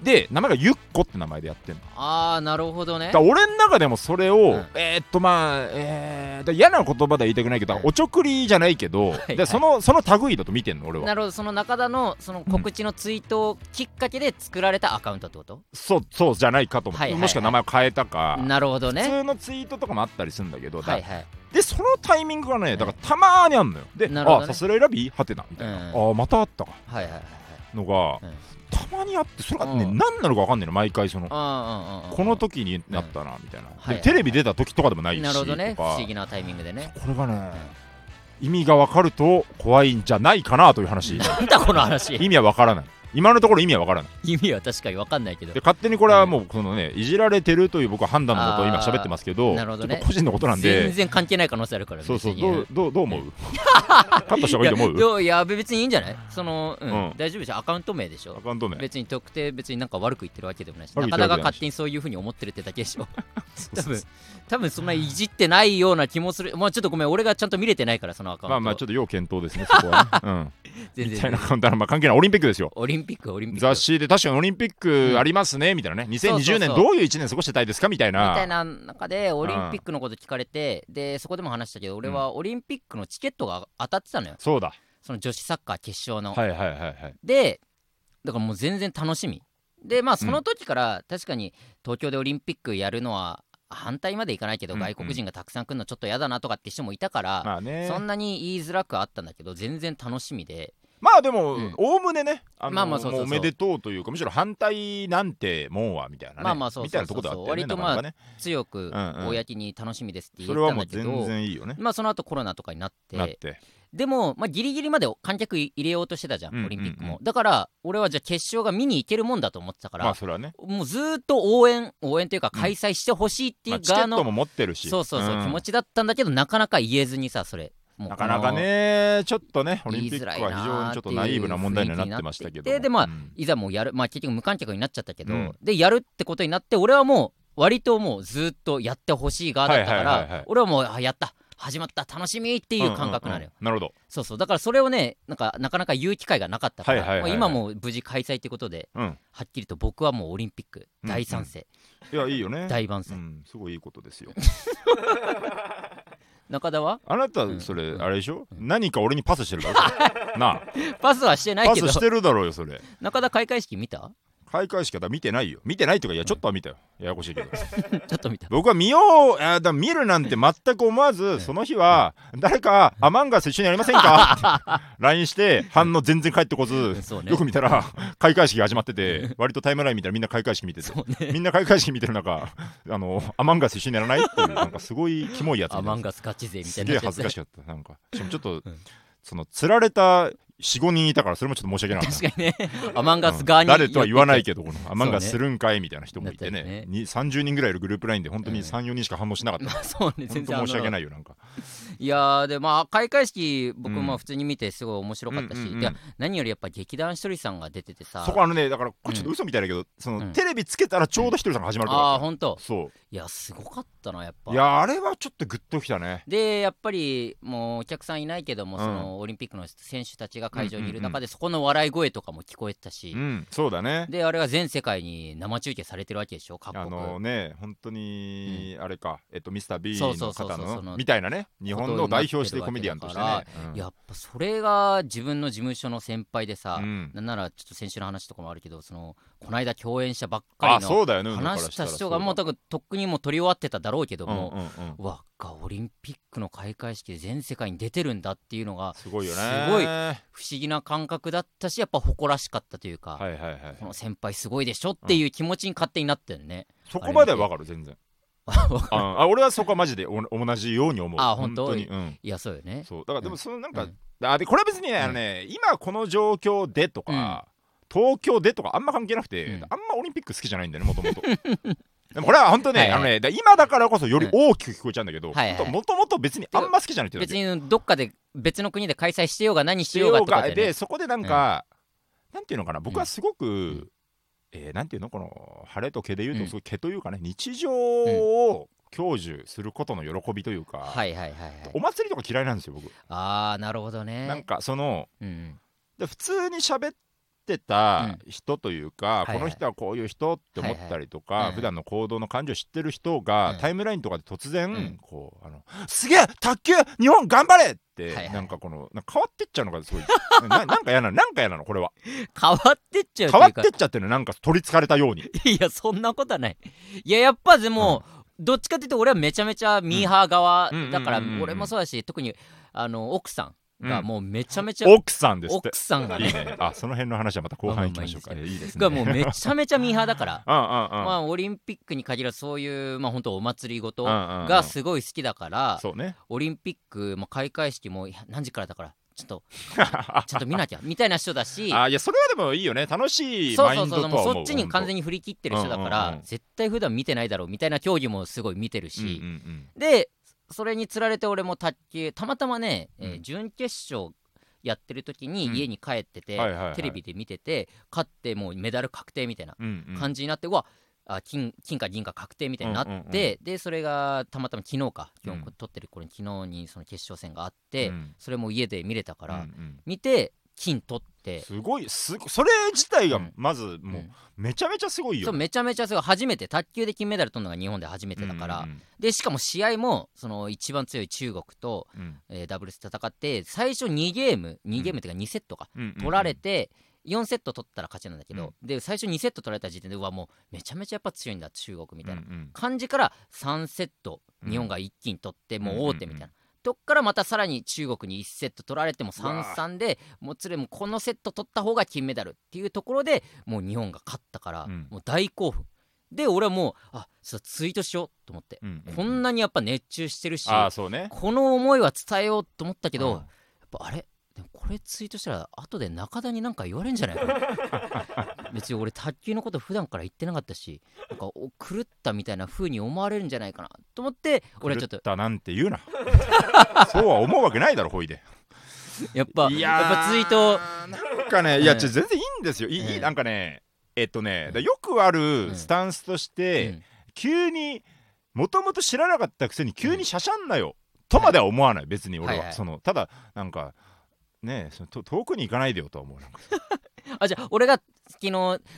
Speaker 2: で名前がゆっこって名前でやってんの
Speaker 1: ああなるほどね
Speaker 2: だから俺の中でもそれを、
Speaker 1: うん
Speaker 2: えーっとまあ、えー、だから嫌な言葉では言いたくないけど、
Speaker 1: うん
Speaker 2: おちょくりじゃないけど、
Speaker 1: はい
Speaker 2: でそのその類だと見てんの俺は
Speaker 1: なるほどその中田のその告知のツイートをきっかけで作られたアカウントってこと
Speaker 2: そうそうじゃないかと思う、
Speaker 1: はいはいはい
Speaker 2: もしくは名前を変えたか、
Speaker 1: なるほど
Speaker 2: 普
Speaker 1: ね
Speaker 2: 通のツイートとかもあったりするんだけど、だ
Speaker 1: はいはい
Speaker 2: でそのタイミングがねだからたまーにあんのよで、
Speaker 1: なるほどね
Speaker 2: あさすらいラビーはてなみたいな、
Speaker 1: うん
Speaker 2: あーまたあったか
Speaker 1: はいはいはいはい
Speaker 2: の
Speaker 1: う
Speaker 2: が、
Speaker 1: ん
Speaker 2: たまにあってそれがね、
Speaker 1: うん
Speaker 2: 何なのか分かんないの毎回その、
Speaker 1: ああ
Speaker 2: この時になったなみたいな、
Speaker 1: はい
Speaker 2: でテレビ出た時とかでもないし
Speaker 1: なるほどね不
Speaker 2: とか
Speaker 1: 思議なタイミングでね
Speaker 2: これがね、意味が分かると怖いんじゃないかなという話
Speaker 1: なんだこの話
Speaker 2: 意味は分からない今のところ意味は分からない
Speaker 1: 意味は確かに分かんないけど
Speaker 2: で勝手にこれはもうそのねいじられてるという僕は判断のもと今
Speaker 1: あー
Speaker 2: 喋ってますけど
Speaker 1: なるほどね
Speaker 2: ちょっと個人のことなん
Speaker 1: 全
Speaker 2: で
Speaker 1: 然関係ない可能性あるから
Speaker 2: そうそう
Speaker 1: 別に
Speaker 2: どうどうどう 思うカットした方がいいと思
Speaker 1: い
Speaker 2: う
Speaker 1: やどういや別にいいんじゃないその、うん
Speaker 2: うん
Speaker 1: 大丈夫でしょアカウント名でしょ
Speaker 2: アカウント名
Speaker 1: 別に特定別になんか悪く言ってるわけでもないし
Speaker 2: 悪く言
Speaker 1: 中
Speaker 2: ってる
Speaker 1: 田が
Speaker 2: わけじゃないし
Speaker 1: 勝手にそういうふうに思ってるってだけでし ょ多
Speaker 2: そうそう
Speaker 1: 分
Speaker 2: そう
Speaker 1: 多分そんないじってないような気もするまあちょっとごめん俺がちゃんと見れてないからそのアカウント
Speaker 2: まあまあちょっと要検討ですねそ こはね、うん
Speaker 1: 全
Speaker 2: みた
Speaker 1: 然
Speaker 2: いな簡単な、まあ、関係ないオリンピックですよ
Speaker 1: オリンピックオリンピック
Speaker 2: 雑誌で確かにオリンピックありますね、みたいなね
Speaker 1: そうそう
Speaker 2: 2020年どういう1年過ごしてたいですかみたい
Speaker 1: み
Speaker 2: な
Speaker 1: たいな中でオリンピックのこと聞かれて、でそこでも話したけど俺はオリンピックのチケットが当たってたのよ
Speaker 2: そうだ
Speaker 1: その女子サッカー決勝の、
Speaker 2: はいはいはいはい
Speaker 1: でだからもう全然楽しみでまあその時から確かに東京でオリンピックやるのは反対までいかないけど
Speaker 2: うんうん
Speaker 1: 外国人がたくさん来るのちょっと嫌だなとかって人もいたから、
Speaker 2: まあね
Speaker 1: そんなに言いづらくはあったんだけど全然楽しみで、
Speaker 2: まあでも
Speaker 1: うん
Speaker 2: おおむねねあ
Speaker 1: まあ
Speaker 2: の
Speaker 1: まあそうそうそう
Speaker 2: もおめでとうというかむしろ反対なんてもんはみたいなね
Speaker 1: まあまあそうそう
Speaker 2: みたいなとこだったよね
Speaker 1: 割と
Speaker 2: なかなかね
Speaker 1: 強く
Speaker 2: うんうん
Speaker 1: 公に楽しみですって言
Speaker 2: それ
Speaker 1: っ
Speaker 2: は
Speaker 1: たん
Speaker 2: も
Speaker 1: だ
Speaker 2: う
Speaker 1: けど、
Speaker 2: 全然いいよね
Speaker 1: まあその後コロナとかになって
Speaker 2: なって
Speaker 1: でも、まあ、ギリギリまで観客入れようとしてたじゃん、
Speaker 2: うんうんうん
Speaker 1: オリンピックもだから俺はじゃあ決勝が見に行けるもんだと思ってたから、
Speaker 2: まあそれはね
Speaker 1: もうずーっと応援応援というか
Speaker 2: うん
Speaker 1: 開催してほしいってい
Speaker 2: ま
Speaker 1: う
Speaker 2: あチケ
Speaker 1: 側
Speaker 2: ッ
Speaker 1: の、
Speaker 2: トも持ってるし
Speaker 1: そうそうそう、
Speaker 2: ん
Speaker 1: 気持ちだったんだけどなかなか言えずにさそれもう
Speaker 2: なかなか
Speaker 1: この
Speaker 2: ねちょっとねオ
Speaker 1: 言
Speaker 2: リン
Speaker 1: い
Speaker 2: ピッ
Speaker 1: づ
Speaker 2: ク
Speaker 1: ら
Speaker 2: はい非
Speaker 1: なーっていう
Speaker 2: 常にちょっとナイーブな問題にはなってましたけど
Speaker 1: ででまあ
Speaker 2: うん
Speaker 1: いざもうやるまあ結局無観客になっちゃったけど、
Speaker 2: うん
Speaker 1: でやるってことになって俺はもう割ともうずっとやってほしい側だったから、
Speaker 2: はいはいはいはい
Speaker 1: 俺はもうあやった始まった楽しみっていう感覚なのよ、
Speaker 2: うんうんうんなるほど
Speaker 1: そうそうだからそれをねなんかなかなか言う機会がなかったから、
Speaker 2: はいはいはいはい
Speaker 1: まあ今も無事開催ってことで
Speaker 2: うん
Speaker 1: はっきりと僕はもうオリンピック
Speaker 2: うん
Speaker 1: 大賛成、
Speaker 2: いやいいよね
Speaker 1: 大万歳、
Speaker 2: うんすごいいいことですよ
Speaker 1: 中田は
Speaker 2: あなたそれあれでしょ何か俺にパスしてる だろなあ
Speaker 1: パスはしてない
Speaker 2: パ
Speaker 1: け
Speaker 2: ス
Speaker 1: ど
Speaker 2: してるだろうよそれ
Speaker 1: 中田開会式見た
Speaker 2: 開会式はだから見てないよ見てないとかいやちょっとは見たよややこしいけど
Speaker 1: ちょっと見た
Speaker 2: 僕は見ようあだから見るなんて全く思わずその日は誰かアマンガス一緒にやりませんか って LINE して反応全然返ってこず
Speaker 1: そうね
Speaker 2: よく見たら開会式が始まってて割とタイムライン見たらみんな開会式見てて
Speaker 1: そうね
Speaker 2: みんな開会式見てる中あのアマンガス一緒にやらないっていうなんかすごいキモいやつ
Speaker 1: あ
Speaker 2: に
Speaker 1: マ
Speaker 2: なっ
Speaker 1: ン
Speaker 2: て
Speaker 1: ガス勝ち勢みた
Speaker 2: す
Speaker 1: い
Speaker 2: げ
Speaker 1: なや
Speaker 2: え
Speaker 1: つ
Speaker 2: 恥ずかしかったなんかしかもちょっと、
Speaker 1: うん
Speaker 2: その釣られた45人いたからそれもちょっと申し訳なかった
Speaker 1: 確かにね、アマンガ
Speaker 2: う
Speaker 1: ス
Speaker 2: ん
Speaker 1: 側に、
Speaker 2: 誰とは言わな
Speaker 1: ど。
Speaker 2: いけどこのアマンガスするんかいみたいな人もいて
Speaker 1: だ
Speaker 2: ね
Speaker 1: ったよね
Speaker 2: に30人ぐらいいるグループラインで本当
Speaker 1: うん
Speaker 2: に34人しか反応しなかっ た、
Speaker 1: まあそうね、
Speaker 2: 本
Speaker 1: 全然あ
Speaker 2: 当
Speaker 1: の
Speaker 2: 申し訳ないよなんか
Speaker 1: いやーでまあ開会式僕
Speaker 2: うん
Speaker 1: も普通に見てすごい面白かったし、
Speaker 2: うんうんうん
Speaker 1: いや何よりやっぱ劇団ひとりさんが出ててさ
Speaker 2: そこあのねだからこれちょっと嘘みたいだけど、その、
Speaker 1: うん
Speaker 2: テレビつけたらちょうどひとりさんが始まるとこだ
Speaker 1: あ
Speaker 2: っ
Speaker 1: ー
Speaker 2: た、
Speaker 1: ほんと
Speaker 2: そ
Speaker 1: いやすごかったなやっぱ
Speaker 2: ういやあれはちょっとグッときたね
Speaker 1: でやっぱりもうお客さんいないけども、
Speaker 2: うん
Speaker 1: そのオリンピックの選手たちが会場にいる中で、そこの笑い声とかも聞こえてたし、
Speaker 2: うんそうだね
Speaker 1: であれが全世界に生中継されてるわけでしょ各
Speaker 2: あ
Speaker 1: 国
Speaker 2: のね本当に、あれかえっとミスター B
Speaker 1: そうそう
Speaker 2: の
Speaker 1: そうそう
Speaker 2: 方
Speaker 1: その
Speaker 2: のみたいなね日本の代表してコメディアンとして
Speaker 1: ことになっ
Speaker 2: ね
Speaker 1: て、
Speaker 2: うん
Speaker 1: やっぱそれが自分の事務所の先輩でさ、
Speaker 2: うん
Speaker 1: なんならちょっと先週の話とかもあるけどそのこの間共演者ばっか
Speaker 2: あ
Speaker 1: りの
Speaker 2: そうだよね
Speaker 1: 話した人がも
Speaker 2: も
Speaker 1: う多分とっくにもう取り終わってただろうけど
Speaker 2: うんうん
Speaker 1: も、
Speaker 2: うん
Speaker 1: わっかオリンピックの開会式で全世界に出てるんだっていうのが
Speaker 2: すごいよね
Speaker 1: すごい
Speaker 2: は
Speaker 1: 不思議な感覚だったしやっぱ誇らしかったというか、
Speaker 2: いはいはい
Speaker 1: この先輩すごいでしょっていう気持ちに勝手になってるね。
Speaker 2: そこまではわかる全然
Speaker 1: わ
Speaker 2: ああ俺はそこはマジでお同じように思う
Speaker 1: あ本当
Speaker 2: にうん
Speaker 1: いやそうよね。
Speaker 2: そうだからでもそのなん
Speaker 1: う
Speaker 2: か
Speaker 1: ん
Speaker 2: あでこれは別にねあのね今この状況でとか東京でとかあんま関係なくて
Speaker 1: うん
Speaker 2: あんまオリンピック好きじゃないんだよねもともと でもこれは本当
Speaker 1: はい
Speaker 2: ね
Speaker 1: はい
Speaker 2: あのねだ今だからこそより
Speaker 1: うん
Speaker 2: 大きく聞こえちゃうんだけど
Speaker 1: はいはいはい
Speaker 2: もともと別にあんま好きじゃないってだけ
Speaker 1: 別にどっかで別の国で開催してようが何してようがってことだよね
Speaker 2: で。そこでなんか、なんていうのかな僕はすごく、えーなんていうのこの晴れと毛でいうと、
Speaker 1: うん
Speaker 2: すごい毛というかね日常を享受することの喜びというか、
Speaker 1: はいはいはいはい。
Speaker 2: お祭りとか嫌いなんですよ僕、
Speaker 1: ああなるほどね。
Speaker 2: なんかその
Speaker 1: うんうん
Speaker 2: で普通に喋ってた人というか、
Speaker 1: いはい
Speaker 2: この人はこういう人って思ったりとか、
Speaker 1: はいはいうん
Speaker 2: 普段の行動の感情を知ってる人が、
Speaker 1: うん
Speaker 2: タイムラインとかで突然、
Speaker 1: うん
Speaker 2: こうあのすげえ卓球日本頑張れっ
Speaker 1: は
Speaker 2: て、
Speaker 1: いはい
Speaker 2: なんかこのなんか変わってっちゃうのがすごい ななんか嫌なのなんか嫌なのこれは
Speaker 1: 変わってっちゃうと
Speaker 2: 変
Speaker 1: い
Speaker 2: わ
Speaker 1: う
Speaker 2: っ
Speaker 1: か
Speaker 2: てっちゃってるなんか取り憑かれたように
Speaker 1: いやそんなことはないいややっぱでも、どっちかっていうと俺はめちゃめちゃミーハー側
Speaker 2: うん
Speaker 1: だから
Speaker 2: うんうんうんうん
Speaker 1: 俺もそうだし特にあの奥さんが
Speaker 2: うん
Speaker 1: もうめちゃめちゃ、
Speaker 2: 奥さんですって
Speaker 1: 奥さんが
Speaker 2: い
Speaker 1: ね
Speaker 2: いねあその辺の話はまた後半行きましょうか
Speaker 1: まあ
Speaker 2: ねいいですね
Speaker 1: がもうめちゃめちゃミーハーだから
Speaker 2: うんうんうん
Speaker 1: まあオリンピックに限らずそういうまあ本当お祭りごと
Speaker 2: うんうんうん
Speaker 1: がすごい好きだから、
Speaker 2: そうね
Speaker 1: オリンピックも開会式もいや何時からだからちょっと ちゃんと見 なきゃみたいな人だし
Speaker 2: あいやそれはでもいいよね楽しい
Speaker 1: そう
Speaker 2: マイ
Speaker 1: そう
Speaker 2: ン
Speaker 1: そう
Speaker 2: ド
Speaker 1: そう
Speaker 2: とは
Speaker 1: もう
Speaker 2: 思う
Speaker 1: そっちに完全に
Speaker 2: に
Speaker 1: 振り切ってる人だから、
Speaker 2: うんうんうん
Speaker 1: 絶対普段見てないだろうみたいな競技もすごい見てるし、
Speaker 2: うんうん
Speaker 1: でそれにつられて俺も卓球たまたまね、えー
Speaker 2: うん
Speaker 1: 準決勝やってる時に
Speaker 2: うん
Speaker 1: 家に帰ってて、
Speaker 2: はいはいはい
Speaker 1: テレビで見てて勝ってもうメダル確定みたいな
Speaker 2: うんうんうん
Speaker 1: 感じになって、うわあ金金か銀か確定みたいになって、
Speaker 2: うんうんうん
Speaker 1: でそれがたまたま昨日か今日
Speaker 2: うん
Speaker 1: 撮ってる頃に昨日にその決勝戦があって、
Speaker 2: うん
Speaker 1: それも家で見れたから、
Speaker 2: うんうん
Speaker 1: 見て金取って。
Speaker 2: すごいすごそれ自体が
Speaker 1: うん
Speaker 2: まず
Speaker 1: う
Speaker 2: もうんめちゃめちゃすごい
Speaker 1: そ
Speaker 2: よ
Speaker 1: うめちゃめちゃすごい初めて卓球で金メダル取るのが日本で初めてだから、
Speaker 2: うん
Speaker 1: でしかも試合もその一番強い中国と
Speaker 2: うんうん
Speaker 1: えーダブルス戦って最初2ゲーム2ゲームっていうか2セットか、
Speaker 2: うんうん
Speaker 1: 取られて4セット取ったら勝ちなんだけど、
Speaker 2: う
Speaker 1: で最初2セット取られた時点でうわもうめちゃめちゃやっぱ強いんだ中国みたいな
Speaker 2: うんうん
Speaker 1: 感じから3セット
Speaker 2: うん
Speaker 1: 日本が一気に取ってもう大手みたいな、
Speaker 2: うん
Speaker 1: とこからまたさらに中国に1セット取られても3-3でもつれもこのセット取った方が金メダルっていうところでもう日本が勝ったから、
Speaker 2: うん
Speaker 1: もう大興奮で俺はもうあそうツイートしようと思って、
Speaker 2: うん
Speaker 1: こんなにやっぱ熱中してるし
Speaker 2: ああそうね
Speaker 1: この思いは伝えようと思ったけど、
Speaker 2: うん
Speaker 1: やっぱあれでもこれツイートしたら後で中田になんか言われんじ ゃないかな別に俺卓球のこと普段から言ってなかったしなんかお狂ったみたいな風に思われるんじゃないかなと思って俺はちょっ
Speaker 2: 狂
Speaker 1: と
Speaker 2: たなんて言うな そうは思うわけないだろほいで
Speaker 1: やっぱ
Speaker 2: い
Speaker 1: や
Speaker 2: やー
Speaker 1: っぱツイート
Speaker 2: なんかねいや
Speaker 1: うん
Speaker 2: ちょ全然いいんですよいいいい
Speaker 1: うん
Speaker 2: なんかねえっとね
Speaker 1: うん
Speaker 2: だよくあ
Speaker 1: う
Speaker 2: る
Speaker 1: ん
Speaker 2: スタンスとし
Speaker 1: う
Speaker 2: て
Speaker 1: ん
Speaker 2: 急にもともと知らなかったくせに急にしゃしゃんなよとまでは思わない別に俺
Speaker 1: はいは
Speaker 2: はいそのただなんかねそのと遠くに行かないでよとは思うなんか
Speaker 1: あじゃあ俺が昨日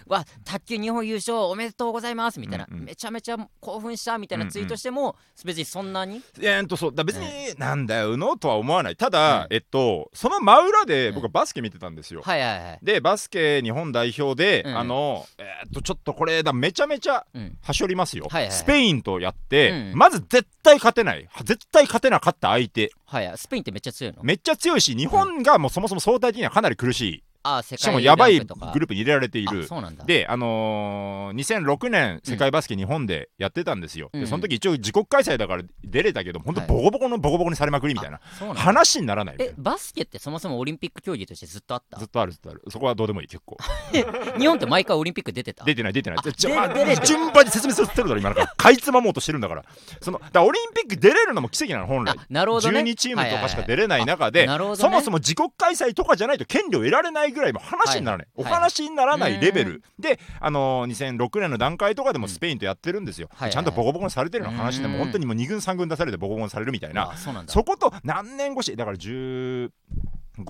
Speaker 1: わ卓球日本優勝おめでとうございますみたいな、
Speaker 2: うんうん
Speaker 1: めちゃめちゃ興奮したみたいなツイートしても、別にそんなに
Speaker 2: えーっとそうだ別になんだよのとは思わないただえっとその真裏で僕はバスケ見てたんですよ
Speaker 1: はいはいはい
Speaker 2: でバスケ日本代表で、
Speaker 1: うん
Speaker 2: あの、えーっとちょっとこれだめちゃめちゃ
Speaker 1: うん
Speaker 2: はしょりますよ、
Speaker 1: はいはいはい
Speaker 2: スペインとやって、
Speaker 1: うん
Speaker 2: まず絶対勝てない絶対勝てなかった相手
Speaker 1: はいはいスペインってめっちゃ強いの
Speaker 2: めっちゃ強いし日本がもうそもそも相対的にはかなり苦しい
Speaker 1: あ世界
Speaker 2: しかもやば
Speaker 1: ラ
Speaker 2: いグ
Speaker 1: ンクとか
Speaker 2: ループに入れられてい
Speaker 1: あ
Speaker 2: る
Speaker 1: そうなんだ
Speaker 2: であのー2006年世界バスケ日本でやってたんですよ、
Speaker 1: うん
Speaker 2: でその時一応自国開催だから出れたけど本当
Speaker 1: はい
Speaker 2: ボコボコのボコボコにされまくりみたいな、
Speaker 1: そうなんだ
Speaker 2: 話にならないみたい
Speaker 1: え
Speaker 2: な
Speaker 1: バスケってそもそもオリンピック競技としてずっとあっ
Speaker 2: ずったとあるずっとあるそこはどうでもいい結構
Speaker 1: 日本って毎回オリンピック出てた
Speaker 2: 出てない出てない
Speaker 1: あ
Speaker 2: ちょ
Speaker 1: 出れ
Speaker 2: まあ
Speaker 1: 出れ
Speaker 2: 順番に説明させてるだろ今なんかかいつまもうとしてるんだからそのだからオリンピック出れるのも奇跡なの本
Speaker 1: あ
Speaker 2: 来
Speaker 1: なるほどね
Speaker 2: 12チームとかしか出
Speaker 1: れ
Speaker 2: れない中で、
Speaker 1: あなるほどね
Speaker 2: そもそも自国開催とかじゃないと権利を得られないぐらいもう話にならない、
Speaker 1: はいはい
Speaker 2: お話にならないレベル、
Speaker 1: う
Speaker 2: で、あのー2006年の段階とかでも
Speaker 1: うん
Speaker 2: スペインとやってるんですよ、
Speaker 1: はいはいはい
Speaker 2: ちゃんとボコボコにされてるの話でも
Speaker 1: うん
Speaker 2: 本当にもう2軍3軍出されてボコボコにされるみたいな、
Speaker 1: あそうなんだ
Speaker 2: そこと何年越しだから15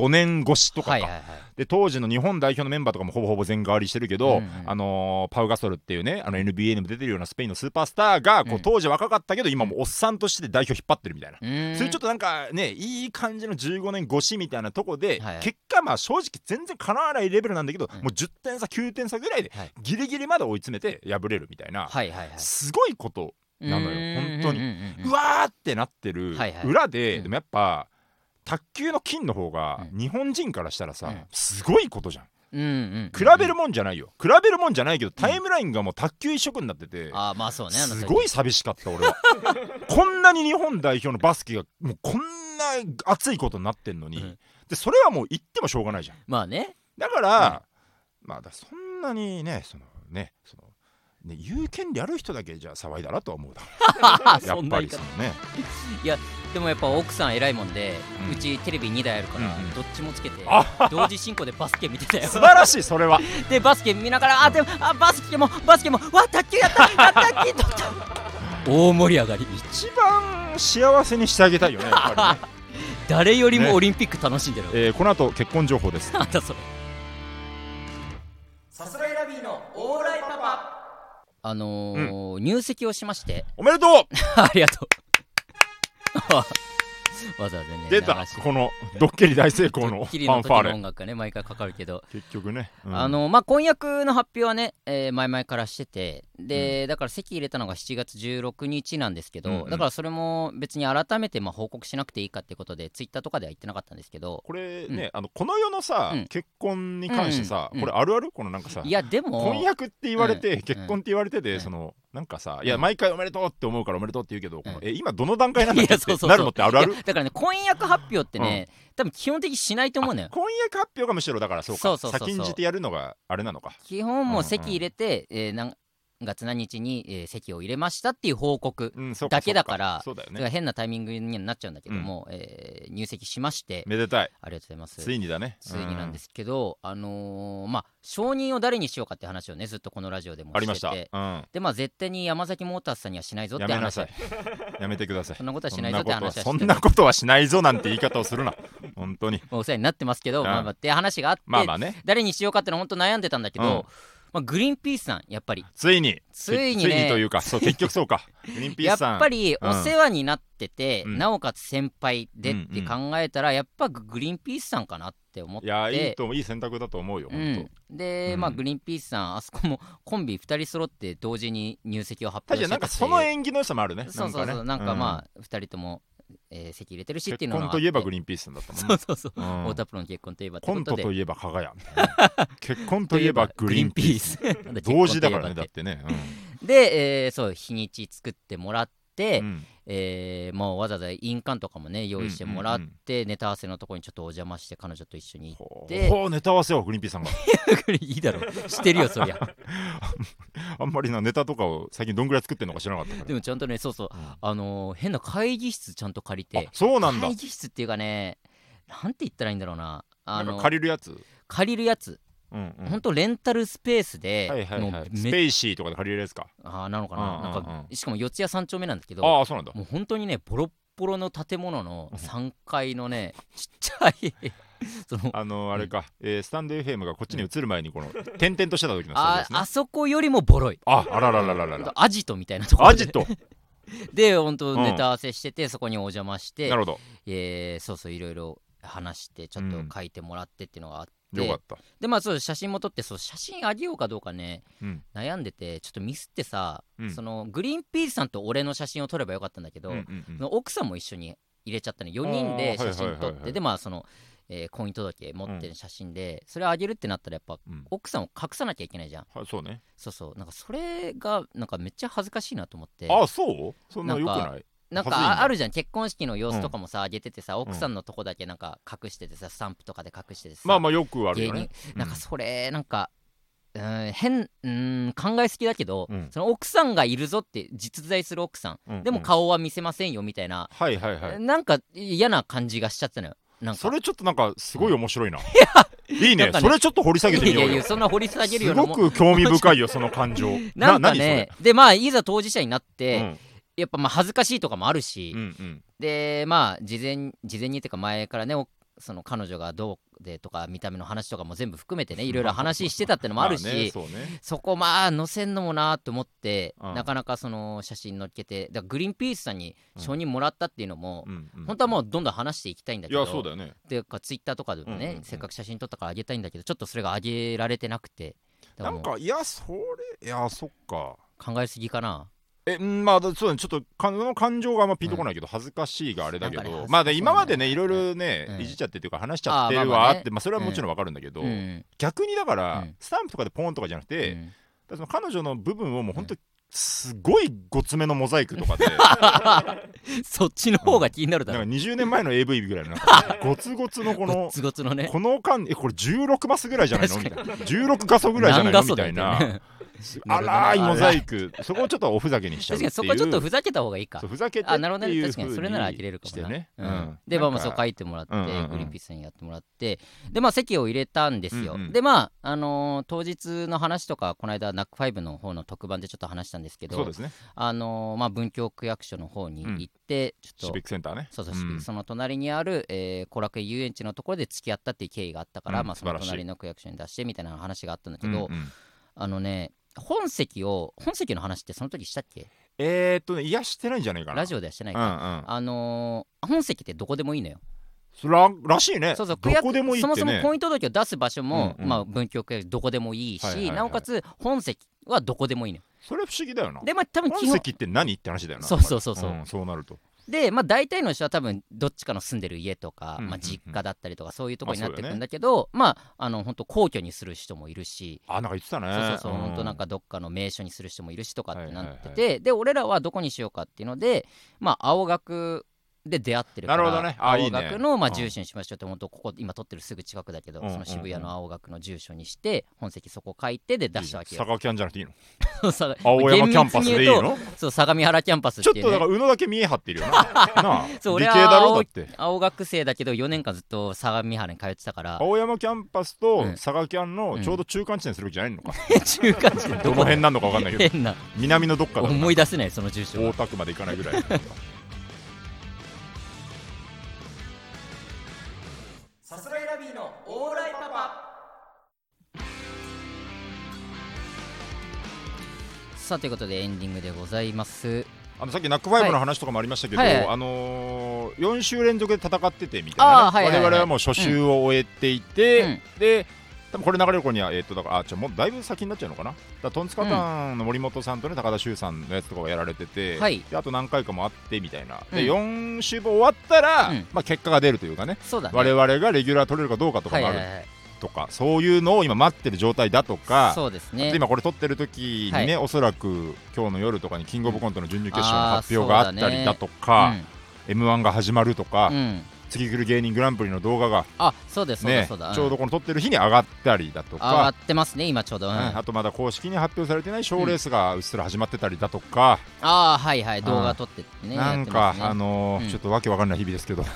Speaker 2: 年越しとかか、
Speaker 1: はいはいはい
Speaker 2: で当時の日本代表のメンバーとかもほぼほぼ全変わりしてるけど、
Speaker 1: うんうん
Speaker 2: あのーパウ・ガソルっていうねあの NBA にも出てるようなスペインのスーパースターがこ
Speaker 1: う
Speaker 2: うん当時若かったけど今もうおっさんとして代表引っ張ってるみたいな、
Speaker 1: うーん
Speaker 2: そういうちょっとなんかねいい感じの15年越しみたいなとこで、
Speaker 1: はいはい
Speaker 2: 結果まあ正直全然かなわないレベルなんだけど、
Speaker 1: うん
Speaker 2: もう10点差9点差ぐらいで
Speaker 1: はい
Speaker 2: ギリギリまで追い詰めて敗れるみたいな、
Speaker 1: はいはいはい
Speaker 2: すごいこと、なのよ
Speaker 1: うーん
Speaker 2: 本当に
Speaker 1: うんうんうん
Speaker 2: うわーってなってる
Speaker 1: はいはい
Speaker 2: 裏で、
Speaker 1: うん
Speaker 2: でもやっぱ卓球の金の方が
Speaker 1: うん
Speaker 2: 日本人からしたらさ、
Speaker 1: うん
Speaker 2: すごいことじゃん。
Speaker 1: うんうん
Speaker 2: 比べるもんじゃないよ比べるもんじゃないけどタイムラインがもう卓球一色になってて、
Speaker 1: あまあそうねあの
Speaker 2: すごい寂しかっ た俺はこんなに日本代表のバスケがもうこんな熱いことになってんのに、
Speaker 1: うん
Speaker 2: でそれはもう言ってもしょうがないじゃん
Speaker 1: まあね
Speaker 2: だから、まあだからそんなにねそのねそのね言う権利ある人だけじゃ騒いだなとは思うだや
Speaker 1: そ
Speaker 2: っ
Speaker 1: んな言
Speaker 2: ぱり
Speaker 1: い
Speaker 2: そ
Speaker 1: 方
Speaker 2: のね
Speaker 1: でもやっぱ奥さん偉いもんで
Speaker 2: うん
Speaker 1: うちテレビ2台あるから
Speaker 2: うんうん
Speaker 1: どっちもつけて
Speaker 2: あ
Speaker 1: 同時進行でバスケ見てたよ
Speaker 2: 素晴らしいそれは
Speaker 1: でバスケ見ながらあでもあバスケもバスケもわ卓球やったやった卓球取 った大盛り上がり
Speaker 2: 一番幸せにしてあげたいよねやっぱり ね、
Speaker 1: 誰より
Speaker 2: ね
Speaker 1: もオリンピック楽しんでる、
Speaker 2: えーこの後結婚情報です
Speaker 1: なんだそれさすらいラビーのオーライパパあのー入籍をしまして
Speaker 2: おめでとう
Speaker 1: ありがとう わざわざね
Speaker 2: 出た
Speaker 1: 流して
Speaker 2: このドッキリ大成 功
Speaker 1: ド
Speaker 2: の
Speaker 1: ッ
Speaker 2: フ
Speaker 1: キリ
Speaker 2: ァ
Speaker 1: の
Speaker 2: ンフ
Speaker 1: 時
Speaker 2: ァー
Speaker 1: の
Speaker 2: レ
Speaker 1: 音楽がね毎回かかるけど、
Speaker 2: 結局ね、うん
Speaker 1: あのまあ婚約の発表はね、えー前々からしててで、だから籍入れたのが7月16日なんですけど、
Speaker 2: うんうん
Speaker 1: だからそれも別に改めてまあ報告しなくていいかってことでツイッターとかでは言ってなかったんですけど
Speaker 2: これ
Speaker 1: う
Speaker 2: ね、あのこの世のさ、
Speaker 1: うん
Speaker 2: 結婚に関してさ、
Speaker 1: うんうん
Speaker 2: これあるあるこのなんかさ
Speaker 1: いやでも
Speaker 2: 婚約って言われて、
Speaker 1: うん
Speaker 2: 結婚って言われてで、
Speaker 1: うん
Speaker 2: そのなんかさ、いや
Speaker 1: うん
Speaker 2: 毎回おめでとうって思うからおめでとうって言うけど、この
Speaker 1: うん
Speaker 2: え今どの段階なんだっ
Speaker 1: い
Speaker 2: け
Speaker 1: や
Speaker 2: っ
Speaker 1: そうそうそ
Speaker 2: て
Speaker 1: う
Speaker 2: なるのってあるある
Speaker 1: いやだからね婚約発表ってね、多分基本的にしないと思うのよ
Speaker 2: あ婚約発表がむしろだからそうか
Speaker 1: そうそうそうそう
Speaker 2: 先んじてやるのがあれなのか
Speaker 1: 基本もう籍入れて、えー何月何日に、えー籍を入れましたっていう報告、
Speaker 2: うんそうか
Speaker 1: だけだから
Speaker 2: そうかそう
Speaker 1: だか
Speaker 2: だよ
Speaker 1: ら
Speaker 2: ね
Speaker 1: 変なタイミングにはなっちゃうんだけども、えー入籍しまして
Speaker 2: めでたい
Speaker 1: ありがとうございます
Speaker 2: ついにだね、
Speaker 1: ついになんですすけど、あのーまあ承認を誰にしようかって話をねずっとこのラジオでも
Speaker 2: う
Speaker 1: し
Speaker 2: ん
Speaker 1: てて
Speaker 2: ありました、うん、
Speaker 1: でまあ絶対に山崎モータースさんにはしないぞって
Speaker 2: や
Speaker 1: 話
Speaker 2: めなさいやめてください
Speaker 1: そんなことはしないぞって話はして
Speaker 2: そんなことはしないぞなんて言い方をするな本当に
Speaker 1: まあお世話になってますけど、
Speaker 2: うん
Speaker 1: まあまあ、って話があって、
Speaker 2: まあまあね
Speaker 1: 誰にしようかっての本当悩んでたんだけど、
Speaker 2: うん
Speaker 1: まあ、グリーンピースさんやっぱり
Speaker 2: ついに
Speaker 1: ついにね
Speaker 2: ついにというかそう結局そ うかグリーンピー
Speaker 1: や
Speaker 2: ス
Speaker 1: っ
Speaker 2: さん
Speaker 1: ぱりお世話になってて、
Speaker 2: うん
Speaker 1: なおかつ先輩でって考えたら、やっぱグリーンピースさんかなって思っ
Speaker 2: い
Speaker 1: て。
Speaker 2: やいいといい選択だと思うよ、
Speaker 1: う
Speaker 2: 本
Speaker 1: ん、で、まあ
Speaker 2: うん
Speaker 1: グリーンピースさんあそこもコンビ2人揃って同時に入籍を発
Speaker 2: 当確
Speaker 1: 表し
Speaker 2: かにな
Speaker 1: た
Speaker 2: んかその
Speaker 1: っていう
Speaker 2: 縁起の良さもあるね
Speaker 1: そうそうそうなんか,、
Speaker 2: ね
Speaker 1: まあ2人ともえー席入れてるしってい
Speaker 2: 結
Speaker 1: うのがあ
Speaker 2: 婚
Speaker 1: って
Speaker 2: といえばグリーンピースさんだったもん
Speaker 1: そ
Speaker 2: ね
Speaker 1: うそうそう、
Speaker 2: うん
Speaker 1: 太田プロの結婚といえばって
Speaker 2: コ
Speaker 1: こ
Speaker 2: ン
Speaker 1: と
Speaker 2: ト
Speaker 1: で
Speaker 2: といえば加 賀屋みたいな結婚といえばグリーンピース
Speaker 1: グリ ーンピース
Speaker 2: 同時だからねだ
Speaker 1: 結婚
Speaker 2: ってね
Speaker 1: といえばってで、えーそう日にち作ってもらって、
Speaker 2: うんうん
Speaker 1: えーもうわざわざ印鑑とかもね用意してもらっ
Speaker 2: うん
Speaker 1: て、ネタ合わせのとこにちょっとお邪魔して彼女と一緒に行っ
Speaker 2: ほ
Speaker 1: で
Speaker 2: うほうネタ合わせをグリーンピースさんが
Speaker 1: ていいだろ してるよそり ゃ
Speaker 2: あんまりなネタとかを最近どんぐらい作ってんのか知らなかったから
Speaker 1: でもちゃんとねそうそう
Speaker 2: うん
Speaker 1: あのー変な会議室ちゃんと借り
Speaker 2: あ
Speaker 1: て
Speaker 2: そうなんだ
Speaker 1: 会議室っていうかねなんて言ったらいいんだろうなあ
Speaker 2: なん
Speaker 1: の
Speaker 2: か借りるやつ
Speaker 1: 借りるやつ、
Speaker 2: うんうん
Speaker 1: ほんとレンタルスペースで、
Speaker 2: はいはい
Speaker 1: も
Speaker 2: は
Speaker 1: う
Speaker 2: いス
Speaker 1: め
Speaker 2: ペイシーとかで借りれるやつか
Speaker 1: あーなのかな,、
Speaker 2: うんうんうん
Speaker 1: なんかしかも四谷三丁目なんだけど
Speaker 2: ああそうなんだ
Speaker 1: もう本当にねボロッボロの建物の
Speaker 2: うん
Speaker 1: 3階のねちっちゃい その
Speaker 2: あのあれかえースタンド FM がこっちに移る前にこの転々としてた時のスタ
Speaker 1: あ
Speaker 2: ジオです
Speaker 1: あ
Speaker 2: ね
Speaker 1: そこよりもボロい
Speaker 2: ああららららら
Speaker 1: ほん
Speaker 2: ら
Speaker 1: とアジトみたいなところ
Speaker 2: ア
Speaker 1: で
Speaker 2: ジト
Speaker 1: で本当
Speaker 2: うん
Speaker 1: ネタ合わせしてて、そこにお邪魔して
Speaker 2: なるほど
Speaker 1: えーそうそういろいろ話してちょっと書いてもらってっていうのがあって、
Speaker 2: よかった
Speaker 1: でまあそう写真も撮ってそう写真あげようかどうかね
Speaker 2: うん
Speaker 1: 悩んでてちょっとミスってさ、
Speaker 2: うん
Speaker 1: そのグリーンピースさんと俺の写真を撮ればよかったんだけど、
Speaker 2: うんうんうん
Speaker 1: その奥さんも一緒に入れちゃったの4人で
Speaker 2: あー
Speaker 1: 写真撮
Speaker 2: はい
Speaker 1: っ
Speaker 2: はいはいは
Speaker 1: て
Speaker 2: い
Speaker 1: でまあその、えー婚姻届持ってる写真で、それあげるってなったらやっぱ
Speaker 2: うん
Speaker 1: 奥さんを隠さなきゃいけないじゃん
Speaker 2: はいそうね
Speaker 1: そうそうなんかそれがなんかめっちゃ恥ずかしいなと思って
Speaker 2: あそうそんな
Speaker 1: なん
Speaker 2: よく
Speaker 1: か
Speaker 2: ない
Speaker 1: なん
Speaker 2: 恥ずいん
Speaker 1: かあ
Speaker 2: だ
Speaker 1: あるじゃん結婚式の様子とかもさあげててさ奥さんのとこだけなんか隠しててさスタンプとかで隠しててさ
Speaker 2: まあまあよくあるよね
Speaker 1: 芸なんかそれなんか、うーん、変うーん考えすぎだけど、
Speaker 2: うん
Speaker 1: その奥さんがいるぞって実在する奥さん、
Speaker 2: うんうん
Speaker 1: でも顔は見せませんよみたいな、
Speaker 2: はいはいはい
Speaker 1: なんか嫌な感じがしちゃったのよなんか
Speaker 2: それちょっとなんかすごい面白いな。いい
Speaker 1: なん
Speaker 2: ね。
Speaker 1: かね
Speaker 2: それちょっと掘り下げてみよ
Speaker 1: いうやい
Speaker 2: よ
Speaker 1: や。そんな掘り下げるよ
Speaker 2: す
Speaker 1: うな
Speaker 2: ご
Speaker 1: もん
Speaker 2: く興味深いよ、その感情。
Speaker 1: なんか
Speaker 2: 何そ
Speaker 1: ね
Speaker 2: れ
Speaker 1: でまあいざ当事者になっ
Speaker 2: う
Speaker 1: て、
Speaker 2: ん
Speaker 1: やっぱまあ恥ずかしいとかもあるし、
Speaker 2: うんうん
Speaker 1: でまあ事前事前にっていうか前からねおその彼女がどうでとか見た目の話とかも全部含めてねいろいろ話してたってのもあるし、
Speaker 2: まねそうね
Speaker 1: そこまあ載せんのもなーと思って、
Speaker 2: うん
Speaker 1: なかなかその写真載っけてだからグリーンピースさんに承認もらったっていうのも、
Speaker 2: うんうん
Speaker 1: 本当はもうどんどん話していきたいんだけ
Speaker 2: い
Speaker 1: ど
Speaker 2: や、そうだよね。
Speaker 1: っていうかツイッターとかでもね、
Speaker 2: うんうんうん
Speaker 1: せっかく写真撮ったからあげたいんだけどちょっとそれがあげられてなくてだか
Speaker 2: な
Speaker 1: らも
Speaker 2: ん
Speaker 1: う
Speaker 2: か、いや、それ、いや、そっか。
Speaker 1: 考えすぎかな
Speaker 2: え、うんまあ、そうだね。ちょっと、かの感情があんまピンとこないけど、恥ずかしいがあれだけ
Speaker 1: なんかね
Speaker 2: ど、まあ、で今までね、
Speaker 1: 恥
Speaker 2: い
Speaker 1: ずか
Speaker 2: ろ
Speaker 1: し
Speaker 2: い
Speaker 1: いね
Speaker 2: ろね
Speaker 1: う、ん
Speaker 2: いじっちゃってというか、話しちゃって
Speaker 1: あー
Speaker 2: る
Speaker 1: まあま
Speaker 2: は
Speaker 1: あ
Speaker 2: あ
Speaker 1: ね
Speaker 2: って、まあ、それはもちろんわかるんだけど
Speaker 1: う、ん
Speaker 2: 逆にだから
Speaker 1: うん、
Speaker 2: スタンプとかでポンとかじゃなくて
Speaker 1: う、ん
Speaker 2: だからその彼女の部分をもう本当にすごいごつめのモザイクとかで
Speaker 1: そっちの方が気になる
Speaker 2: な
Speaker 1: だ
Speaker 2: んか
Speaker 1: ろ、
Speaker 2: 20年前の AV ぐらいのな んかごつごつのこ
Speaker 1: ごっ
Speaker 2: の
Speaker 1: つごつのね
Speaker 2: この間えこれ16マスぐらいじゃないのみたいな16画素ぐらいじゃない
Speaker 1: 何画
Speaker 2: のみ
Speaker 1: 素
Speaker 2: た
Speaker 1: だ
Speaker 2: い
Speaker 1: よ
Speaker 2: な
Speaker 1: ね
Speaker 2: 荒いモザイクそこをちょっとおふざけにしちゃう
Speaker 1: 確
Speaker 2: っ
Speaker 1: か
Speaker 2: てい
Speaker 1: にそこ
Speaker 2: う
Speaker 1: ちょっとふざけた方がいいか
Speaker 2: そうふざけて
Speaker 1: あ
Speaker 2: って
Speaker 1: なるほど
Speaker 2: い
Speaker 1: ね
Speaker 2: う
Speaker 1: 確か
Speaker 2: 風
Speaker 1: に
Speaker 2: に
Speaker 1: それならあげれるかも
Speaker 2: して
Speaker 1: な、
Speaker 2: ね
Speaker 1: うん
Speaker 2: うん
Speaker 1: でまあまあ
Speaker 2: な
Speaker 1: そ
Speaker 2: ん
Speaker 1: う
Speaker 2: か
Speaker 1: 書いてもらって、
Speaker 2: うんうんうん
Speaker 1: グリーンピースさんにやってもらってでまあ席を入れたんですよ、
Speaker 2: うんうん
Speaker 1: でまああのー当日の話とかこの間ナックファイブの方の特番でちょっと話したんですけ
Speaker 2: そう
Speaker 1: ど
Speaker 2: ですね
Speaker 1: あのーまあ文京区役所の方に行って、ちょ
Speaker 2: シ
Speaker 1: っ
Speaker 2: ビ
Speaker 1: と
Speaker 2: ックセンターね
Speaker 1: そうそう、
Speaker 2: ん
Speaker 1: その隣にある後、えー後楽園遊園地のところで付き合ったっていう経緯があったから、
Speaker 2: うん
Speaker 1: まあその
Speaker 2: 素晴らしい
Speaker 1: 隣の区役所に出してみたいな話があったんだけど、
Speaker 2: うんうん
Speaker 1: あのね本席を本席の話ってその時したっけ
Speaker 2: えーっとねいやしてないんじゃないかな
Speaker 1: ラジオではしてない
Speaker 2: うん
Speaker 1: か、
Speaker 2: うん
Speaker 1: あのー本席ってどこでもいいのよ
Speaker 2: そららしいね
Speaker 1: そうそう
Speaker 2: どこでもいいって
Speaker 1: そもそも
Speaker 2: ね
Speaker 1: 婚姻届を出す場所も、
Speaker 2: うんうん
Speaker 1: まあ、文京区役所どこでもいいし、
Speaker 2: はいはいはい
Speaker 1: なおかつ本席はどこでもいいの、
Speaker 2: それ不思議だよな
Speaker 1: でまあ多分基
Speaker 2: 本
Speaker 1: 本
Speaker 2: 籍って何って話だよな
Speaker 1: そうそうそうそう
Speaker 2: うんそうなると
Speaker 1: で、まあ、大体の人は多分どっちかの住んでる家とか、
Speaker 2: うんうんうん
Speaker 1: まあ、実家だったりとかそういうところになってく
Speaker 2: まあそうだよ
Speaker 1: ん
Speaker 2: ね
Speaker 1: だけど、まああの本当皇居にする人もいるし。
Speaker 2: あなんか言ってたね
Speaker 1: そうそうそう、本当なん
Speaker 2: か
Speaker 1: かどっかの名所にする人もいるしとかってなってて、
Speaker 2: はいは
Speaker 1: で俺らはどこにしようかっていうのでまあ青学で出会ってるから
Speaker 2: なるほどねあいい
Speaker 1: 青
Speaker 2: ね
Speaker 1: 学のまあ
Speaker 2: うん
Speaker 1: 住所にしましょうって、本当ここ今撮ってるすぐ近くだけど、
Speaker 2: うんうんうん
Speaker 1: その渋谷の青学の住所にして本籍そこ書いてで出したわけよ
Speaker 2: 佐川キャンじゃなくていいの
Speaker 1: そうさ
Speaker 2: 青山キャンパスでい
Speaker 1: 厳
Speaker 2: い
Speaker 1: 密に言う
Speaker 2: の
Speaker 1: とそう相模原キャンパスっ
Speaker 2: ちょって
Speaker 1: い
Speaker 2: と
Speaker 1: う、
Speaker 2: だから
Speaker 1: ね、
Speaker 2: 宇野だけ見え張っ てるよななあ理
Speaker 1: そう
Speaker 2: 系
Speaker 1: 俺は
Speaker 2: だろだって
Speaker 1: 青学生だけど4年間ずっと相模原に通ってたから
Speaker 2: 青山キャンパス
Speaker 1: う
Speaker 2: と
Speaker 1: ん
Speaker 2: 佐川キャンのちょうど中間地点するわけじゃないのか
Speaker 1: 中間地ど
Speaker 2: どの
Speaker 1: こ
Speaker 2: 辺
Speaker 1: で
Speaker 2: なのか分かんない けど
Speaker 1: 変な
Speaker 2: 南のどっかだろうな
Speaker 1: 思い出せないその住所
Speaker 2: 大田区まで行かないぐらい
Speaker 1: さすらいラビーのオーライパパさあということでエンディングでございます
Speaker 2: あのさっきナックファイブの話とかもありましたけど、
Speaker 1: はいはい
Speaker 2: あのー、4週連続で戦っててみたいなね、
Speaker 1: あーはいはいはい
Speaker 2: 我々はもう初週を終えていて、
Speaker 1: うん
Speaker 2: で多分これ流れる頃には、えーっとだからあじゃあもうだいぶ先になっちゃうのかなだからトンツカタンの森本さんとね、高田修さんのやつとかがやられてて、
Speaker 1: はい
Speaker 2: であと何回かもあってみたいな、
Speaker 1: う
Speaker 2: で
Speaker 1: ん
Speaker 2: 4週分終わったら、
Speaker 1: うん
Speaker 2: まあ、結果が出るというかね
Speaker 1: そうだね
Speaker 2: 我々がレギュラー取れるかどうかとかもあ
Speaker 1: はい
Speaker 2: る
Speaker 1: はいはい
Speaker 2: とか、そういうのを今待ってる状態だとか
Speaker 1: そうです
Speaker 2: あ
Speaker 1: ね
Speaker 2: と今これ撮ってる時にね、
Speaker 1: はい
Speaker 2: おそらく今日の夜とかにキングオブコントの準々決勝
Speaker 1: あ
Speaker 2: の
Speaker 1: ー
Speaker 2: 発表があったりだとか、m 1が始まるとか、
Speaker 1: うんうん
Speaker 2: 次来る芸人グランプリの動画が
Speaker 1: あそうですそうだ
Speaker 2: ね
Speaker 1: そうだ、ん
Speaker 2: ちょうどこの撮ってる日に上がったりだと
Speaker 1: 上が
Speaker 2: か
Speaker 1: っ、てますね今ちょうど、うん
Speaker 2: うんあ
Speaker 1: あ
Speaker 2: とまだ公式に発表されてない賞レースがうっすら始まってたりだとか、
Speaker 1: あーはいはい動画撮ってってねや
Speaker 2: な
Speaker 1: っ
Speaker 2: ん
Speaker 1: て
Speaker 2: か、
Speaker 1: ますね
Speaker 2: あのー
Speaker 1: うん
Speaker 2: ちょっとわけわかんない日々ですけど、 ね、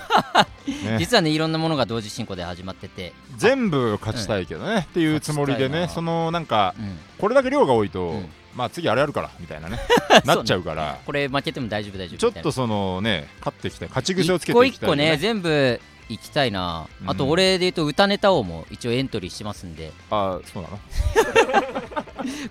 Speaker 1: 実はねいろんなものが同時進行で始まってて、
Speaker 2: 全部勝ちたいけどね、っていうつもりで
Speaker 1: 勝ちたい
Speaker 2: ね
Speaker 1: な
Speaker 2: そのなんか
Speaker 1: うん
Speaker 2: これだけ量が多いと、
Speaker 1: うん
Speaker 2: まあ次あれあるからみたいな ねなっちゃうから。
Speaker 1: これ負けても大丈夫大丈夫
Speaker 2: ちょっ
Speaker 1: みたいな
Speaker 2: とそのね、勝っていきたい、勝ち癖をつけ
Speaker 1: 一
Speaker 2: て
Speaker 1: 個
Speaker 2: いき
Speaker 1: 一
Speaker 2: たいよ
Speaker 1: 個
Speaker 2: ね、
Speaker 1: ね全部行きたいな、
Speaker 2: うん
Speaker 1: あと俺で言うと歌ネタ王も一応エントリーしてますんで、
Speaker 2: あそうなの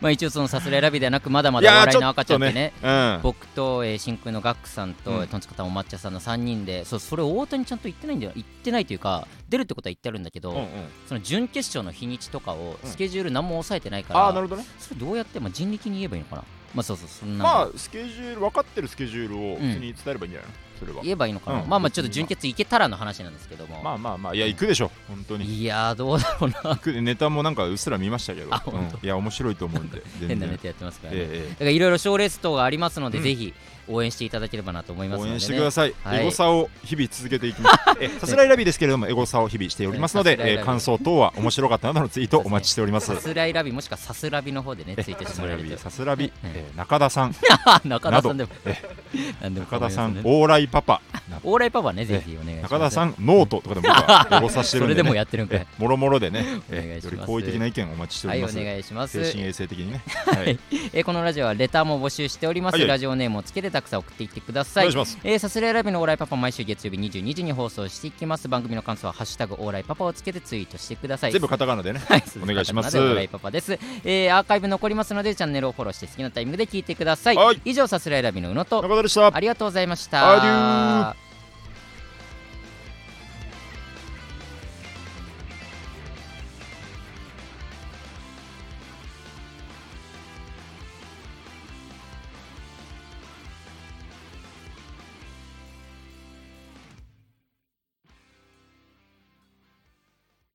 Speaker 1: まあ、一応そのさすらい選びではなくまだまだお笑いの赤ちゃんでね
Speaker 2: うん、
Speaker 1: 僕と、えー真空のガックさんと、
Speaker 2: うん
Speaker 1: トンツカタンお抹茶さんの3人でそうそれを大谷ちゃんと言ってないんだよ言ってないというか出るってことは言ってあるんだけど、
Speaker 2: うんうん
Speaker 1: その準決勝の日にちとかを
Speaker 2: うん
Speaker 1: スケジュール何も抑えてないから、
Speaker 2: あーなるほどね
Speaker 1: それどうやって、まあ、人力に言えばいいのかなまあそうそうそんな、
Speaker 2: まあスケジュール分かってるスケジュールを普通に伝えればいいんじゃないの、それは
Speaker 1: 言えばいいのかな、
Speaker 2: うん
Speaker 1: まあまあちょっと準決いけたらの話なんですけども、
Speaker 2: まあまあまあいや行くでしょ本当に
Speaker 1: いやーどうだろうな
Speaker 2: 行くネタもなんかうっすら見ましたけど、
Speaker 1: あ本当
Speaker 2: うんいや面白いと思うんで
Speaker 1: 変
Speaker 2: 全
Speaker 1: な
Speaker 2: 然
Speaker 1: ネタやってますからね、
Speaker 2: え
Speaker 1: だからいろいろ賞レース等がありますので、
Speaker 2: うん
Speaker 1: ぜひ応援していただければなと思い
Speaker 2: え
Speaker 1: ますの
Speaker 2: 応
Speaker 1: で、ね、
Speaker 2: 援してください、
Speaker 1: はい
Speaker 2: エゴサを日々続けて いきますえさすらいラビですけれどもエゴサを日々しておりますの
Speaker 1: さ
Speaker 2: で
Speaker 1: す、らいラ
Speaker 2: え
Speaker 1: ビ
Speaker 2: ー感想等は面白かったなどのツイートお待ちしております
Speaker 1: さすらいラビもしくはさすらびの方でねツイートしてもらえると
Speaker 2: さすらび、
Speaker 1: うん
Speaker 2: えー中田さん
Speaker 1: 中田さんでも
Speaker 2: え
Speaker 1: 何でも構
Speaker 2: 中田
Speaker 1: いませ
Speaker 2: さ
Speaker 1: ね
Speaker 2: ん往来パパ
Speaker 1: オーライパパねぜひお願いします
Speaker 2: 中田さんノートとかでも僕はエゴサして
Speaker 1: そ
Speaker 2: るん
Speaker 1: れ
Speaker 2: で、ね、
Speaker 1: でもやってるんか
Speaker 2: え
Speaker 1: い
Speaker 2: もろもろでね、
Speaker 1: お願
Speaker 2: え
Speaker 1: いし
Speaker 2: よ
Speaker 1: ます
Speaker 2: り好意的な意見をお待ちしてお
Speaker 1: は
Speaker 2: り
Speaker 1: いお
Speaker 2: ます。
Speaker 1: 願いします
Speaker 2: 精神衛生的にね。はい、
Speaker 1: えーこのラジオはレターも募集しております、
Speaker 2: はいはい
Speaker 1: ラジオネームをつけてたくさん送っていってくだ
Speaker 2: お
Speaker 1: さ
Speaker 2: 願
Speaker 1: い
Speaker 2: いします。
Speaker 1: えー、サスレラビのオーライパパ毎週月曜日22時に放送していきます番組の感想は「ハッシュタグオーライパパ」をつけてツイートしてください
Speaker 2: 全部カタカナでね。
Speaker 1: はい
Speaker 2: お願いします
Speaker 1: 鈴鹿高田のオーライパパです、えーアーカイブ残りますのでチャンネルをフォローして好きなタイミングで聞いてください、
Speaker 2: はい
Speaker 1: 以上サスレラビの宇野と
Speaker 2: 中田でした。
Speaker 1: ありがとうございまし
Speaker 2: アデュ
Speaker 1: た